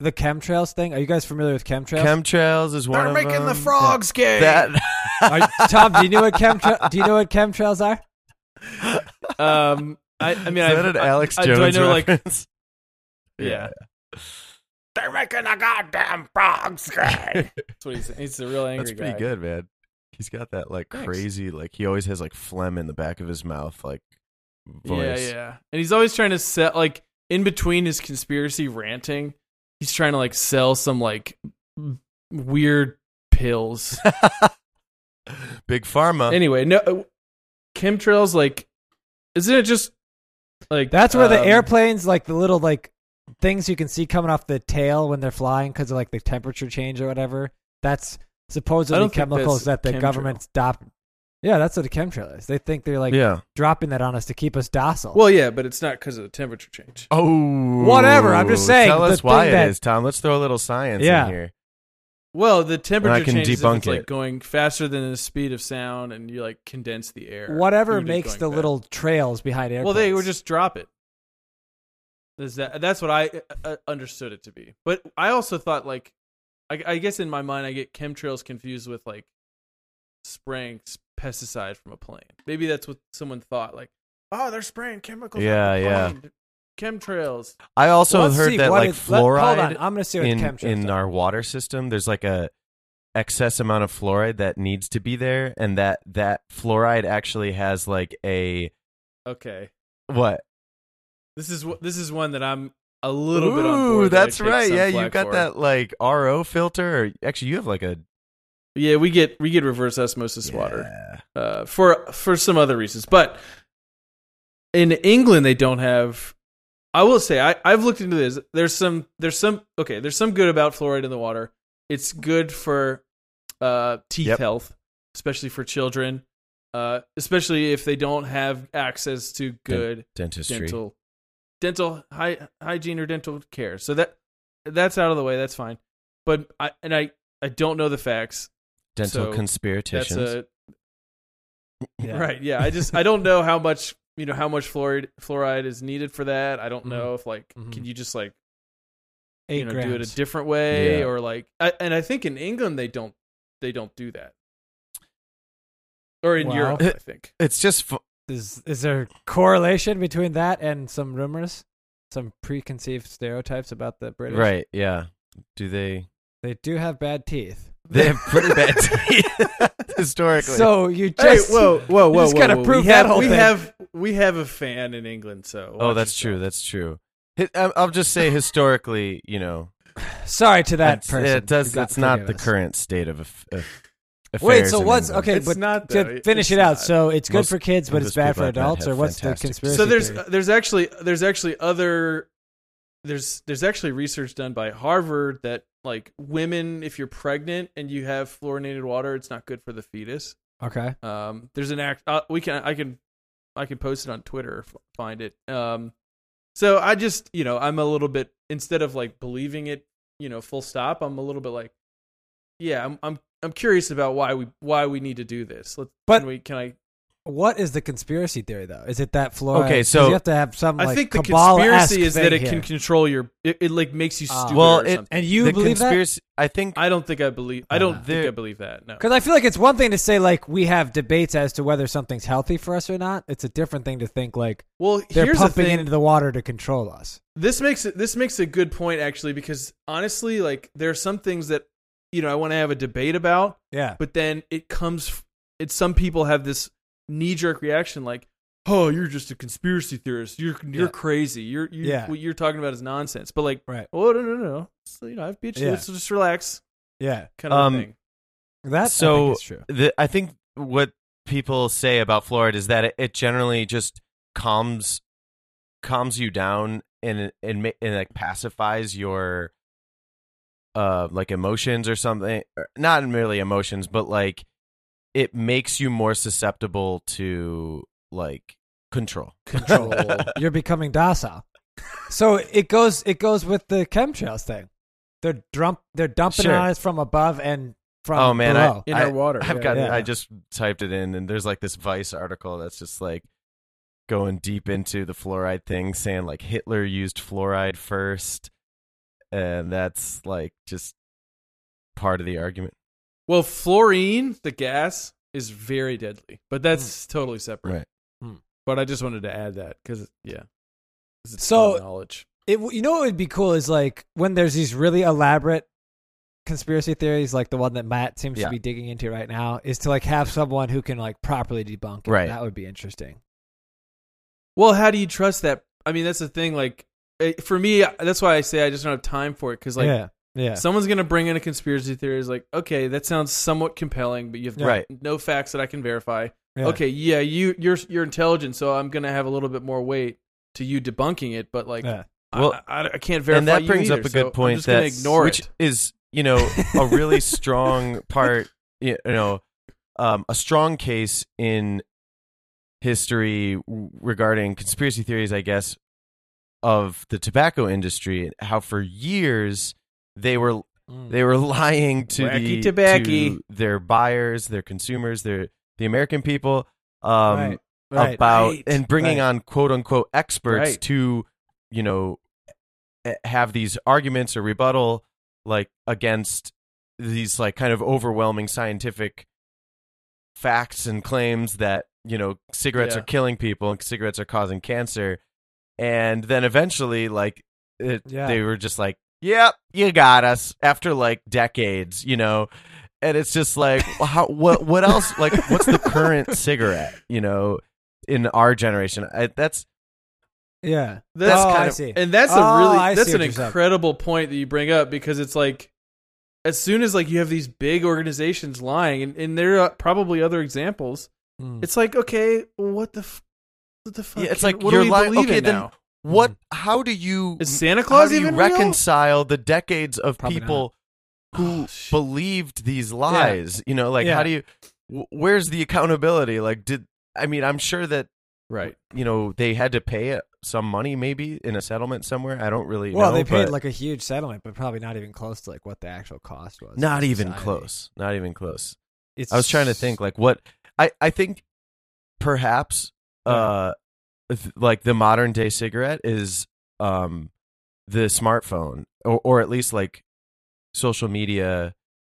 Speaker 2: the chemtrails thing? Are you guys familiar with chemtrails?
Speaker 3: chemtrails is one of them.
Speaker 1: gay.
Speaker 3: that
Speaker 2: Are- Tom, do you know what chemtrail? Do you know what chemtrails are?
Speaker 1: um, I, I mean,
Speaker 3: Is
Speaker 1: I've-
Speaker 3: that an
Speaker 1: I-
Speaker 3: Alex
Speaker 1: I-
Speaker 3: Jones
Speaker 1: do I know like
Speaker 3: reference?
Speaker 1: yeah?
Speaker 3: They're making a goddamn frogs
Speaker 1: That's what he's. He's a real angry
Speaker 3: That's pretty
Speaker 1: guy.
Speaker 3: good, man. He's got that like
Speaker 1: Thanks.
Speaker 3: crazy, like he always has like phlegm in the back of his mouth, like voice.
Speaker 1: Yeah, yeah. And he's always trying to set like in between his conspiracy ranting, he's trying to like sell some like m- weird pills.
Speaker 3: Big Pharma.
Speaker 1: anyway, no uh, chemtrails like isn't it just like
Speaker 2: That's where the
Speaker 1: um,
Speaker 2: airplanes, like the little like things you can see coming off the tail when they're flying because of like the temperature change or whatever. That's
Speaker 1: I
Speaker 2: supposedly
Speaker 1: don't think
Speaker 2: chemicals
Speaker 1: that's
Speaker 2: that the
Speaker 1: chemtrail.
Speaker 2: government stopped. Yeah, that's what a chemtrail is. They think they're like
Speaker 3: yeah.
Speaker 2: dropping that on us to keep us docile.
Speaker 1: Well, yeah, but it's not because of the temperature change.
Speaker 3: Oh,
Speaker 2: Whatever, I'm just saying,
Speaker 3: Tell
Speaker 2: the
Speaker 3: us why
Speaker 2: thing
Speaker 3: it
Speaker 2: that-
Speaker 3: is, Tom. Let's throw a little science
Speaker 2: Yeah.
Speaker 3: in here.
Speaker 1: Well, the temperature
Speaker 3: can
Speaker 1: change is if
Speaker 3: debunk
Speaker 1: it's, like
Speaker 3: it.
Speaker 1: going faster than the speed of sound, and you like condense the air.
Speaker 2: whatever
Speaker 1: even
Speaker 2: makes
Speaker 1: going
Speaker 2: the
Speaker 1: fast.
Speaker 2: little trails behind airplanes.
Speaker 1: Well, they were just drop it. Is that that's what I uh, understood it to be. But I also thought like, I, I guess in my mind I get chemtrails confused with like spraying s- pesticide from a plane. Maybe that's what someone thought. Like, oh, they're spraying chemicals.
Speaker 3: Yeah,
Speaker 1: from
Speaker 3: yeah.
Speaker 1: the Plane. Chemtrails.
Speaker 3: I also
Speaker 2: Let's
Speaker 3: heard
Speaker 2: see,
Speaker 3: that
Speaker 2: what
Speaker 3: like
Speaker 2: is- let-
Speaker 3: fluoride
Speaker 2: hold on, I'm gonna see what the
Speaker 3: in,
Speaker 2: chemtrails
Speaker 3: in
Speaker 1: uh,
Speaker 2: are.
Speaker 3: our water system, there's like a excess amount of fluoride that needs to be there, and that that fluoride actually has like a
Speaker 1: Okay,
Speaker 3: what?
Speaker 1: this is wh- this is one that I'm a little bit on
Speaker 3: Ooh,
Speaker 1: board. that I
Speaker 3: that's
Speaker 1: take
Speaker 3: right.
Speaker 1: some
Speaker 3: Yeah, you
Speaker 1: flack
Speaker 3: got
Speaker 1: for.
Speaker 3: that like RO filter. Or, actually, you have like a
Speaker 1: Yeah, we get we get reverse osmosis water.
Speaker 3: Yeah.
Speaker 1: uh, for for some other reasons. But in England, they don't have. I will say I, I've looked into this. There's some there's some okay. There's some good about fluoride in the water. It's good for uh, teeth
Speaker 3: Yep.
Speaker 1: health, especially for children, uh, especially if they don't have access to good
Speaker 3: dentistry.
Speaker 1: dental dental hy- hygiene or dental care. So that that's out of the way. That's fine. But I and I I don't know the facts.
Speaker 3: Dental
Speaker 1: So, That's
Speaker 3: conspiraticians.
Speaker 1: a Right. Yeah. I just I don't know how much you know how much fluoride fluoride is needed for that. I don't know if like
Speaker 2: Mhm.
Speaker 1: can you just like
Speaker 2: eight
Speaker 1: you know do it
Speaker 2: grams.
Speaker 1: a different way
Speaker 3: Yeah.
Speaker 1: or like I, and I think in England they don't they don't do that. Or in
Speaker 2: Wow.
Speaker 1: Europe, I think.
Speaker 3: it's just fu-
Speaker 2: is is there correlation between that and some rumors, some preconceived stereotypes about the British?
Speaker 3: right. Yeah. Do they?
Speaker 2: They do have bad teeth.
Speaker 3: They have pretty bad teeth historically.
Speaker 2: So you just
Speaker 1: whoa,
Speaker 2: whoa, just whoa, gotta whoa. We prove
Speaker 1: we
Speaker 2: that
Speaker 1: have,
Speaker 2: have- whole
Speaker 1: we
Speaker 2: we thing.
Speaker 1: have
Speaker 2: have-
Speaker 1: a fan in England, so
Speaker 3: oh, that's true. That's true. Hi- I- I'll just say historically, you know,
Speaker 2: sorry to that
Speaker 3: that's-
Speaker 2: person.
Speaker 3: it does.
Speaker 2: You got-
Speaker 3: It's not the
Speaker 2: forgive us.
Speaker 3: current state of aff- of
Speaker 2: Wait,
Speaker 3: affairs.
Speaker 2: so
Speaker 3: in
Speaker 2: what's
Speaker 3: England.
Speaker 2: okay?
Speaker 1: It's
Speaker 2: but
Speaker 1: not,
Speaker 2: to
Speaker 1: though.
Speaker 2: finish
Speaker 1: It's
Speaker 2: it out.
Speaker 1: not.
Speaker 2: So it's good
Speaker 3: Most
Speaker 2: for kids, but
Speaker 3: English
Speaker 2: it's bad
Speaker 3: people
Speaker 2: for
Speaker 3: I've met
Speaker 2: adults.
Speaker 3: have
Speaker 2: Or what's the
Speaker 3: fantastic
Speaker 2: conspiracy?
Speaker 1: so there's
Speaker 2: theory?
Speaker 1: there's actually there's actually other there's there's actually research done by Harvard that like women if you're pregnant and you have fluorinated water it's not good for the fetus.
Speaker 2: okay.
Speaker 1: Um, there's an act uh, we can I can I can post it on Twitter f- find it. Um, so I just you know I'm a little bit instead of like believing it you know full stop I'm a little bit like yeah I'm I'm I'm curious about why we why we need to do this. Let,
Speaker 2: But-
Speaker 1: can we can I
Speaker 2: What is the conspiracy theory though? Is it that fluoride?
Speaker 3: Okay,
Speaker 2: 'cause
Speaker 3: so-
Speaker 2: you have to have some.
Speaker 1: I
Speaker 2: like,
Speaker 1: think the
Speaker 2: Kabbalah-esque
Speaker 1: conspiracy is
Speaker 2: thing
Speaker 1: that it
Speaker 2: here.
Speaker 1: can control your. It, it like makes you
Speaker 2: Ah.
Speaker 1: stupid.
Speaker 3: Well,
Speaker 1: or
Speaker 3: it-
Speaker 1: something.
Speaker 2: And you
Speaker 3: the
Speaker 2: believe that?
Speaker 3: conspiracy? I think
Speaker 1: I don't think I believe. I don't
Speaker 2: Uh,
Speaker 1: think I
Speaker 3: there-
Speaker 1: believe that. No.
Speaker 2: Because I feel like it's one thing to say like we have debates as to whether something's healthy for us or not. It's a different thing to think like
Speaker 1: Well,
Speaker 2: they're
Speaker 1: here's the
Speaker 2: pumping
Speaker 1: thing.
Speaker 2: it into the water to control us.
Speaker 1: this makes it. This makes a good point actually, because honestly, like there are some things that you know I want to have a debate about,
Speaker 2: Yeah.
Speaker 1: but then it comes. f- It's some people have this knee jerk reaction, like, "Oh, you're just a conspiracy theorist. You're you're
Speaker 2: Yeah.
Speaker 1: crazy. You're you,
Speaker 2: Yeah.
Speaker 1: what you're talking about is nonsense." But like,
Speaker 2: Right.
Speaker 1: oh no no no, no. So, you know, I've bitched.
Speaker 2: Yeah.
Speaker 1: Let's just relax,
Speaker 2: Yeah.
Speaker 1: kind of a
Speaker 3: Um,
Speaker 1: thing.
Speaker 2: That I
Speaker 3: So-
Speaker 2: think is true.
Speaker 3: the, I think what people say about fluoride is that it, it generally just calms calms you down and and ma- and like pacifies your uh like emotions or something or not merely emotions but like it makes you more susceptible to like control
Speaker 2: Control. You're becoming docile. So it goes it goes with the chemtrails thing. They're dump they're dumping
Speaker 3: Sure.
Speaker 2: it on us from above and from
Speaker 3: oh man
Speaker 2: below.
Speaker 3: I,
Speaker 1: In
Speaker 3: I,
Speaker 1: our water,
Speaker 3: i've
Speaker 1: yeah.
Speaker 3: got
Speaker 2: Yeah.
Speaker 3: i just typed it in and there's like this vice article that's just like going deep into the fluoride thing saying like hitler used fluoride first and that's like just part of the argument
Speaker 1: Well, fluorine, the gas, is very deadly, but that's totally separate.
Speaker 3: Right.
Speaker 2: Hmm.
Speaker 1: But I just wanted to add that because yeah, 'Cause it's
Speaker 2: So-
Speaker 1: fun knowledge.
Speaker 2: it you know what would be cool is like when there's these really elaborate conspiracy theories, like the one that Matt seems
Speaker 3: Yeah.
Speaker 2: to be digging into right now, is to like have someone who can like properly debunk it.
Speaker 3: Right.
Speaker 2: That would be interesting.
Speaker 1: Well, how do you trust that? I mean, that's the thing. Like, it, for me, that's why I say I just don't have time for it because, like,
Speaker 2: yeah. Yeah.
Speaker 1: someone's gonna bring in a conspiracy theory. Is like, okay, that sounds somewhat compelling, but you have
Speaker 3: Right.
Speaker 1: no facts that I can verify.
Speaker 2: yeah.
Speaker 1: Okay, yeah, you you're you're intelligent, so I'm gonna have a little bit more weight to you debunking it. But like,
Speaker 2: Yeah.
Speaker 1: I-
Speaker 3: Well,
Speaker 1: I, I can't verify.
Speaker 3: and that
Speaker 1: you
Speaker 3: brings
Speaker 1: either,
Speaker 3: up a
Speaker 1: so
Speaker 3: good point
Speaker 1: I'm just
Speaker 3: that
Speaker 1: gonna ignore
Speaker 3: which
Speaker 1: it.
Speaker 3: is you know a really strong part you know um, a strong case in history w- regarding conspiracy theories i guess of the tobacco industry how for years they were
Speaker 2: Mm.
Speaker 3: they were
Speaker 1: Mm-hmm.
Speaker 3: lying to
Speaker 1: Wacky
Speaker 3: the
Speaker 1: tobacky.
Speaker 3: to their buyers their consumers their the american people um
Speaker 2: Right. Right.
Speaker 3: about
Speaker 1: Right.
Speaker 3: and bringing
Speaker 2: Right.
Speaker 3: on quote unquote experts
Speaker 1: Right.
Speaker 3: to you know eh, have these arguments or rebuttal like against these like kind of overwhelming scientific facts and claims that you know cigarettes
Speaker 1: Yeah.
Speaker 3: are killing people and cigarettes are causing cancer and then eventually like it,
Speaker 2: Yeah.
Speaker 3: they were just like yep you got us after like decades you know and it's just like how what what else like what's the current cigarette you know in our generation I, that's
Speaker 2: yeah.
Speaker 1: That's
Speaker 2: oh,
Speaker 1: kind
Speaker 2: I
Speaker 1: of,
Speaker 2: see.
Speaker 1: and that's a
Speaker 2: Oh,
Speaker 1: really
Speaker 2: I see
Speaker 1: that's
Speaker 2: what
Speaker 1: an
Speaker 2: you're saying.
Speaker 1: incredible point that you bring up because it's like as soon as like you have these big organizations lying, and, and there are probably other examples.
Speaker 2: Mm.
Speaker 1: It's like okay, what the f- what the fuck?
Speaker 3: Hmm. Yeah, it's
Speaker 1: can-
Speaker 3: like
Speaker 1: what
Speaker 3: you're
Speaker 1: do we
Speaker 3: lying-
Speaker 1: believe
Speaker 3: okay,
Speaker 1: in
Speaker 3: then
Speaker 1: now? Mm-hmm.
Speaker 3: what how do you
Speaker 1: Is Santa Claus
Speaker 3: how do you
Speaker 1: even real?
Speaker 3: reconcile the decades of
Speaker 2: Probably
Speaker 3: people who
Speaker 1: Oh, shit.
Speaker 3: believed these lies you know like
Speaker 2: Yeah.
Speaker 3: how do you wh- where's the accountability like did i mean i'm sure that
Speaker 1: right?
Speaker 3: you know they had to pay uh, some money maybe in a settlement somewhere i don't really
Speaker 2: well,
Speaker 3: know,
Speaker 2: they paid
Speaker 3: but
Speaker 2: like a huge settlement, but probably not even close to like what the actual cost was.
Speaker 3: not
Speaker 2: to
Speaker 3: even
Speaker 2: society.
Speaker 3: close not even close
Speaker 2: It's
Speaker 3: I was trying to think like what I I think perhaps
Speaker 2: Uh-huh.
Speaker 3: uh th- like the modern day cigarette is um the smartphone or or at least like social media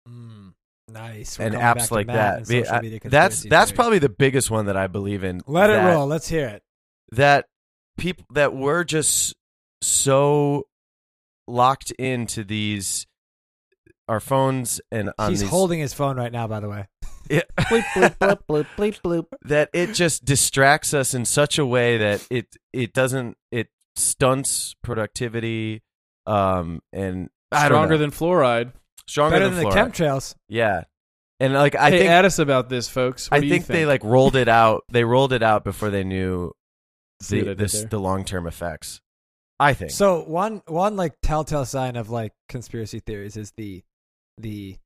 Speaker 2: Mm, nice. We're
Speaker 3: and
Speaker 2: coming back
Speaker 3: apps
Speaker 2: to
Speaker 3: like
Speaker 2: Matt
Speaker 3: that.
Speaker 2: and
Speaker 3: Be-
Speaker 2: social
Speaker 3: I-
Speaker 2: media
Speaker 3: that's
Speaker 2: conspiracy
Speaker 3: that's
Speaker 2: theories.
Speaker 3: probably the biggest one that I believe in.
Speaker 2: Let
Speaker 3: that,
Speaker 2: it roll. Let's hear it.
Speaker 3: That people that were just so locked into these our phones and on
Speaker 2: He's
Speaker 3: these
Speaker 2: holding his phone right now, by the way.
Speaker 3: Yeah.
Speaker 2: bleep, bleep, bloop, bloop, bleep, bloop.
Speaker 3: that it just distracts us in such a way that it it doesn't it stunts productivity um and I don't
Speaker 1: Ah, Stronger
Speaker 3: know.
Speaker 1: than fluoride.
Speaker 3: stronger
Speaker 2: Better
Speaker 3: than,
Speaker 2: than the
Speaker 3: fluoride.
Speaker 2: chemtrails.
Speaker 3: yeah and like I
Speaker 1: hey,
Speaker 3: think
Speaker 1: add us about this, folks. What
Speaker 3: I
Speaker 1: do you
Speaker 3: think they like rolled it out they rolled it out before they knew
Speaker 1: See what I
Speaker 3: the
Speaker 1: did
Speaker 3: this,
Speaker 1: there?
Speaker 3: the long term effects I think
Speaker 2: So one one like telltale sign of like conspiracy theories is the the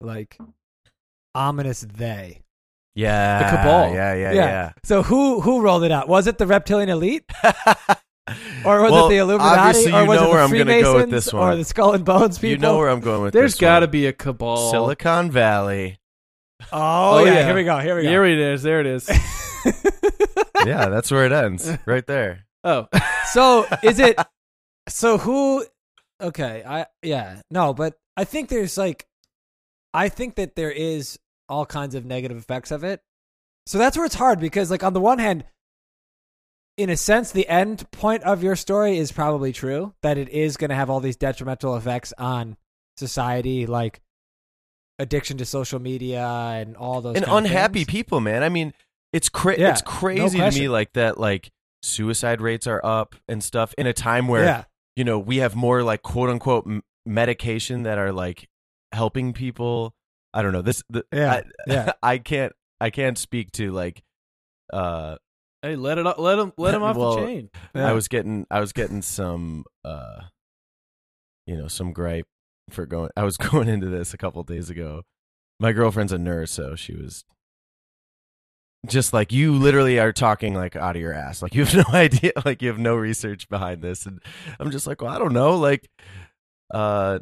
Speaker 2: like ominous they.
Speaker 3: yeah
Speaker 1: The cabal.
Speaker 3: yeah yeah yeah,
Speaker 2: So who who rolled it out? Was it the reptilian elite, or was
Speaker 3: Well,
Speaker 2: it the Illuminati,
Speaker 3: obviously you
Speaker 2: or was
Speaker 3: know
Speaker 2: it the
Speaker 3: where I'm gonna
Speaker 2: Freemasons,
Speaker 3: go with this
Speaker 2: or
Speaker 3: one.
Speaker 2: the Skull and Bones people?
Speaker 3: you know where I'm going with
Speaker 1: There's
Speaker 3: got
Speaker 1: got to be a cabal.
Speaker 3: Silicon Valley
Speaker 2: Oh,
Speaker 1: Oh,
Speaker 2: yeah.
Speaker 1: yeah.
Speaker 2: Here we go. Here we go.
Speaker 1: Here it is. There it is.
Speaker 3: yeah that's where it ends right there
Speaker 1: Oh,
Speaker 2: so is it? So who? Okay. I yeah. No, but I think there's like, I think that there is all kinds of negative effects of it. So that's where it's hard because, like, on the one hand, in a sense, the end point of your story is probably true that it is going to have all these detrimental effects on society, like addiction to social media and all those
Speaker 3: and
Speaker 2: kind of
Speaker 3: unhappy
Speaker 2: things.
Speaker 3: people, man. I mean, it's cra-
Speaker 2: Yeah,
Speaker 3: it's
Speaker 2: no
Speaker 3: crazy to me
Speaker 2: question.
Speaker 3: like that like suicide rates are up and stuff in a time where
Speaker 2: yeah,
Speaker 3: you know we have more like quote unquote m- medication that are like helping people. I don't know this. The,
Speaker 2: yeah,
Speaker 3: I,
Speaker 2: yeah.
Speaker 3: I can't. I can't speak to like. Uh,
Speaker 1: hey, let it. o- Let him. Let him off
Speaker 3: Well,
Speaker 1: the chain.
Speaker 2: yeah.
Speaker 3: I was getting. I was getting some. Uh, you know, some gripe for going. I was going into this a couple days ago. My girlfriend's a nurse, so she was just like you literally are talking like out of your ass like you have no idea like you have no research behind this and i'm just like well i don't know like uh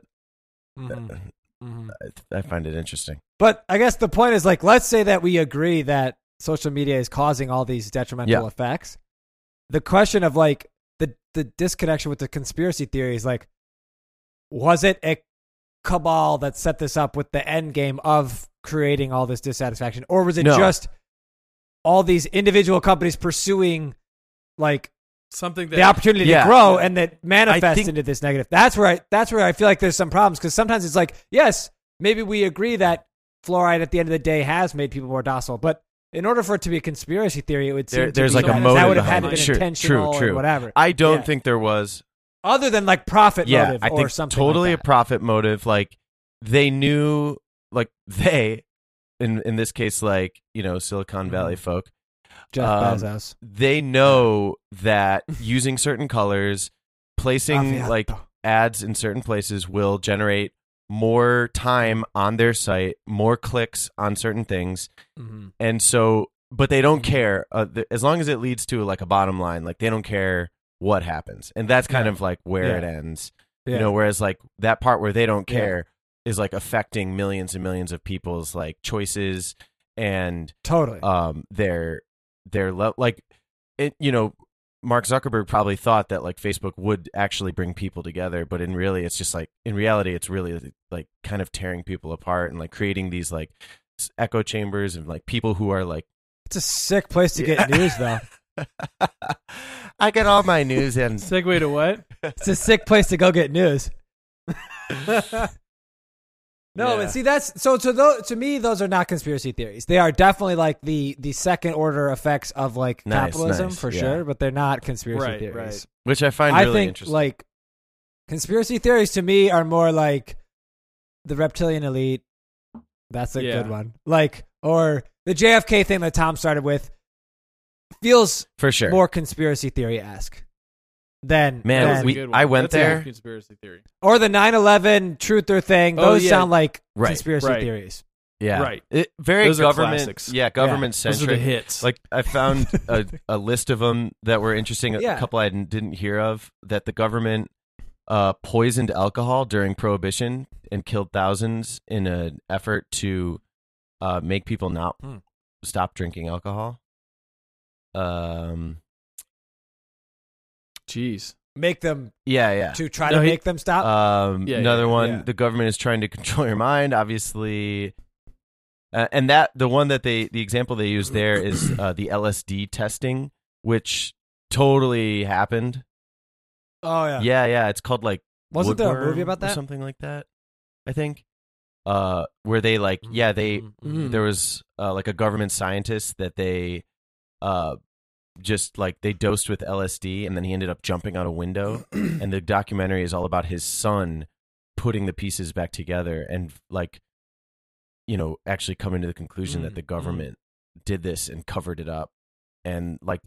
Speaker 2: Mhm, mhm.
Speaker 3: i, I find it interesting
Speaker 2: But I guess the point is like, let's say that we agree that social media is causing all these detrimental
Speaker 3: Yeah.
Speaker 2: effects. The question of like the the disconnection with the conspiracy theory is like, was it a cabal that set this up with the end game of creating all this dissatisfaction, or was it
Speaker 3: No.
Speaker 2: just all these individual companies pursuing like
Speaker 1: something that
Speaker 2: the opportunity
Speaker 3: Yeah.
Speaker 2: to grow and that manifests
Speaker 3: think-
Speaker 2: into this negative. That's where I that's where I feel like there's some problems because sometimes it's like, yes, maybe we agree that fluoride at the end of the day has made people more docile, but in order for it to be a conspiracy theory, it would seem
Speaker 3: There-
Speaker 2: to
Speaker 3: there's
Speaker 2: be
Speaker 1: like a
Speaker 2: that,
Speaker 1: motive
Speaker 2: that would have had
Speaker 1: behind
Speaker 2: to
Speaker 1: it.
Speaker 2: been
Speaker 3: True, true,
Speaker 2: intentional
Speaker 3: true.
Speaker 2: or whatever.
Speaker 3: I don't
Speaker 2: Yeah.
Speaker 3: think there was.
Speaker 2: other than like profit
Speaker 3: yeah,
Speaker 2: motive
Speaker 3: I
Speaker 2: or
Speaker 3: think
Speaker 2: something.
Speaker 3: totally
Speaker 2: like
Speaker 3: a
Speaker 2: that.
Speaker 3: profit motive. Like they knew, like they, in in this case, like you know,
Speaker 2: Mm-hmm.
Speaker 3: Silicon Valley folk,
Speaker 2: Jeff
Speaker 3: um,
Speaker 2: Bezos.
Speaker 3: they know that using certain colors, placing
Speaker 2: Aviato.
Speaker 3: like ads in certain places will generate more time on their site, more clicks on certain things,
Speaker 2: Mhm.
Speaker 3: and so, but they don't care uh, th- as long as it leads to like a bottom line. Like they don't care what happens, and that's kind of like where
Speaker 2: Yeah.
Speaker 3: it ends.
Speaker 2: yeah.
Speaker 3: You know, whereas like that part where they don't
Speaker 2: Yeah.
Speaker 3: care is like affecting millions and millions of people's like choices and
Speaker 2: totally.
Speaker 3: um their their love like it you know Mark Zuckerberg probably thought that like Facebook would actually bring people together but in really it's just like in reality it's really like kind of tearing people apart and like creating these like s- echo chambers and like people who are like
Speaker 2: it's a sick place to get
Speaker 3: Yeah.
Speaker 2: news though.
Speaker 3: I get all my news and
Speaker 1: segue to what?
Speaker 2: It's a sick place to go get news. No,
Speaker 1: Yeah.
Speaker 2: and see that's so to tho- to me those are not conspiracy theories. They are definitely like the the second order effects of like
Speaker 3: Nice,
Speaker 2: capitalism
Speaker 3: nice,
Speaker 2: for
Speaker 3: yeah.
Speaker 2: sure, but they're not conspiracy
Speaker 1: Right,
Speaker 2: theories.
Speaker 1: right.
Speaker 3: which I find
Speaker 2: I
Speaker 3: really
Speaker 2: think
Speaker 3: interesting.
Speaker 2: like conspiracy theories to me are more like the reptilian elite. That's a
Speaker 1: Yeah.
Speaker 2: good one. Like or the JFK thing that Tom started with feels
Speaker 3: for sure.
Speaker 2: more conspiracy theory esque than
Speaker 3: Man,
Speaker 2: than-
Speaker 1: That's a
Speaker 3: we-
Speaker 1: good
Speaker 3: I went
Speaker 1: That's a good
Speaker 3: there.
Speaker 1: conspiracy theory.
Speaker 2: or the 9-11 truther thing.
Speaker 1: Oh,
Speaker 2: Those
Speaker 1: yeah.
Speaker 2: sound like
Speaker 3: Right,
Speaker 2: conspiracy
Speaker 1: right.
Speaker 2: theories.
Speaker 3: yeah.
Speaker 1: Right.
Speaker 3: It, very
Speaker 1: Those are
Speaker 3: government
Speaker 1: classics.
Speaker 3: yeah, government
Speaker 1: Those are the
Speaker 3: centric.
Speaker 1: hits.
Speaker 3: Like I found a, a list of them that were interesting. A
Speaker 2: Yeah.
Speaker 3: couple I didn't- didn't hear of that the government uh, poisoned alcohol during Prohibition and killed thousands in an effort to uh, make people not
Speaker 2: Hmm.
Speaker 3: stop drinking alcohol. Um.
Speaker 1: jeez,
Speaker 2: Make them
Speaker 3: Yeah. Yeah.
Speaker 2: to try
Speaker 1: No,
Speaker 2: to
Speaker 1: he-
Speaker 2: make them stop.
Speaker 3: Um,
Speaker 1: Uh, Yeah,
Speaker 3: another
Speaker 1: yeah,
Speaker 3: one.
Speaker 2: yeah.
Speaker 3: The government is trying to control your mind, obviously. Uh, and that the one that they the example they use there is uh, the LSD testing, which totally happened.
Speaker 2: oh yeah.
Speaker 3: Yeah, yeah. It's called like
Speaker 2: Wasn't there a
Speaker 3: Woodworm
Speaker 2: movie about
Speaker 3: or
Speaker 2: that?
Speaker 3: something like that? I think. mm-hmm, Uh, where they like yeah they
Speaker 1: Mm.
Speaker 3: there was uh, like a government scientist that they uh just like they dosed with LSD and then he ended up jumping out a window and the documentary is all about his son putting the pieces back together and like you know actually coming to the conclusion
Speaker 2: Mm,
Speaker 3: that the
Speaker 2: mm.
Speaker 3: government did this and covered it up and like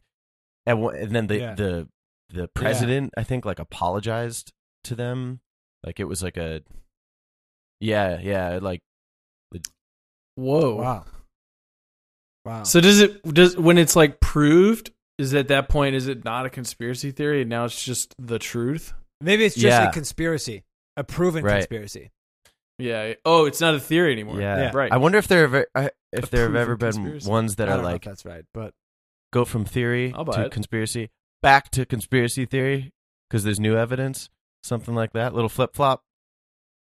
Speaker 3: and, wha- and then the
Speaker 2: Yeah.
Speaker 3: the the president I think like apologized to them like it was like a yeah yeah like
Speaker 1: whoa.
Speaker 2: Wow. Wow.
Speaker 1: So does it does when it's like proved? Is at that point is it not a conspiracy theory? And now it's just the truth.
Speaker 2: Maybe it's just
Speaker 3: Yeah.
Speaker 2: a conspiracy, a proven
Speaker 3: Right.
Speaker 2: conspiracy.
Speaker 1: Yeah. Oh, it's not a theory anymore.
Speaker 3: Yeah.
Speaker 2: Yeah.
Speaker 1: Right.
Speaker 3: I wonder if there have e- I-
Speaker 1: A
Speaker 3: if there have
Speaker 1: proven
Speaker 3: ever been
Speaker 1: conspiracy.
Speaker 3: ones that
Speaker 2: I
Speaker 3: are
Speaker 2: don't know if
Speaker 3: like
Speaker 2: that's right, but
Speaker 3: go from theory
Speaker 1: I'll buy
Speaker 3: to
Speaker 1: it.
Speaker 3: conspiracy back to conspiracy theory because there's new evidence, something like that. Little flip flop.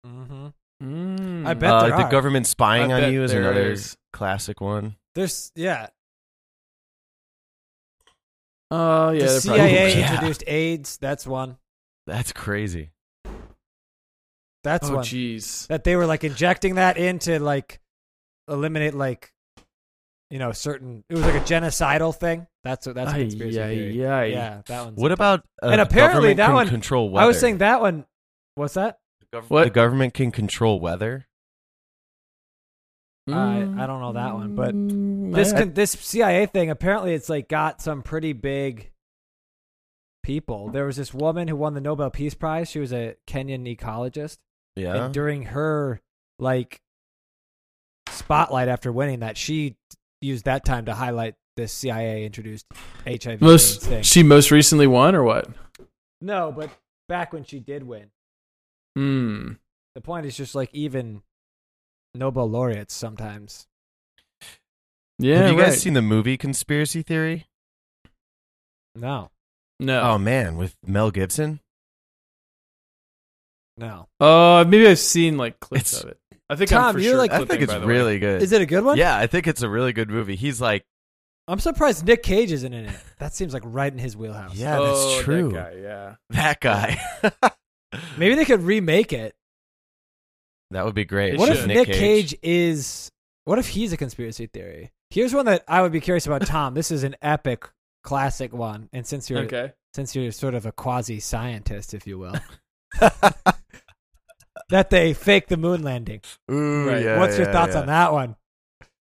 Speaker 1: Mm.
Speaker 2: I bet
Speaker 3: Uh,
Speaker 2: there
Speaker 3: like the
Speaker 2: are.
Speaker 3: government spying
Speaker 1: I
Speaker 3: on
Speaker 1: bet
Speaker 3: you is
Speaker 1: there
Speaker 3: another
Speaker 1: is.
Speaker 3: classic one.
Speaker 2: there's yeah.
Speaker 1: Oh yeah.
Speaker 2: the
Speaker 1: they're probably-
Speaker 2: CIA
Speaker 3: Yeah.
Speaker 2: introduced AIDS. That's one.
Speaker 3: That's crazy.
Speaker 2: That's
Speaker 1: Oh
Speaker 2: one.
Speaker 1: jeez.
Speaker 2: That they were like injecting that in to like eliminate like you know certain. It was like a genocidal thing. That's what that's a
Speaker 1: Ay,
Speaker 2: conspiracy
Speaker 1: ay,
Speaker 2: theory.
Speaker 1: ay.
Speaker 2: Yeah, that one.
Speaker 3: What about uh,
Speaker 2: And apparently
Speaker 3: government
Speaker 2: that
Speaker 3: can
Speaker 2: one-
Speaker 3: control weather?
Speaker 2: I was saying that one. What's that?
Speaker 3: the, gov-
Speaker 1: What?
Speaker 3: the government can control weather.
Speaker 2: I- I don't know that one, but
Speaker 3: Mm.
Speaker 2: this
Speaker 1: Mm. I-
Speaker 2: con- this CIA thing apparently it's like got some pretty big people. There was this woman who won the Nobel Peace Prize. She was a Kenyan ecologist,
Speaker 3: Yeah.
Speaker 2: and during her like spotlight after winning that, she used that time to highlight this CIA introduced HIV AIDS thing.
Speaker 1: most she most recently won or what?
Speaker 2: no, but back when she did win,
Speaker 1: Hmm.
Speaker 2: the point is just like even Nobel laureates sometimes.
Speaker 1: Yeah.
Speaker 3: have you guys
Speaker 1: right.
Speaker 3: seen the movie Conspiracy Theory?
Speaker 2: No,
Speaker 1: No.
Speaker 3: Oh man, with Mel Gibson.
Speaker 2: no.
Speaker 1: Oh, maybe I've seen like clips
Speaker 3: It's-
Speaker 1: of it. I think I'm
Speaker 2: Tom,
Speaker 1: for
Speaker 2: you're
Speaker 1: sure
Speaker 2: like-
Speaker 3: I
Speaker 1: clipping,
Speaker 3: think it's
Speaker 1: by the way.
Speaker 3: really good.
Speaker 2: Is it a good one?
Speaker 3: Yeah, I think it's a really good movie. He's like
Speaker 2: I'm surprised Nick Cage isn't in it. That seems like right in his wheelhouse.
Speaker 3: Yeah,
Speaker 1: Oh,
Speaker 3: that's
Speaker 1: that
Speaker 3: true.
Speaker 1: guy, yeah.
Speaker 3: That guy.
Speaker 2: Maybe they could remake it.
Speaker 3: that would be great.
Speaker 1: It
Speaker 2: what
Speaker 1: should.
Speaker 2: if Nick, Cage. is what if he's a conspiracy theory? Here's one that I would be curious about, Tom. this is an epic classic one. And since you're
Speaker 1: Okay.
Speaker 2: since you're sort of a quasi scientist, if you will. that they fake the moon landing.
Speaker 3: Ooh,
Speaker 1: Right.
Speaker 3: yeah,
Speaker 2: What's your
Speaker 3: yeah,
Speaker 2: thoughts
Speaker 3: yeah.
Speaker 2: on that one?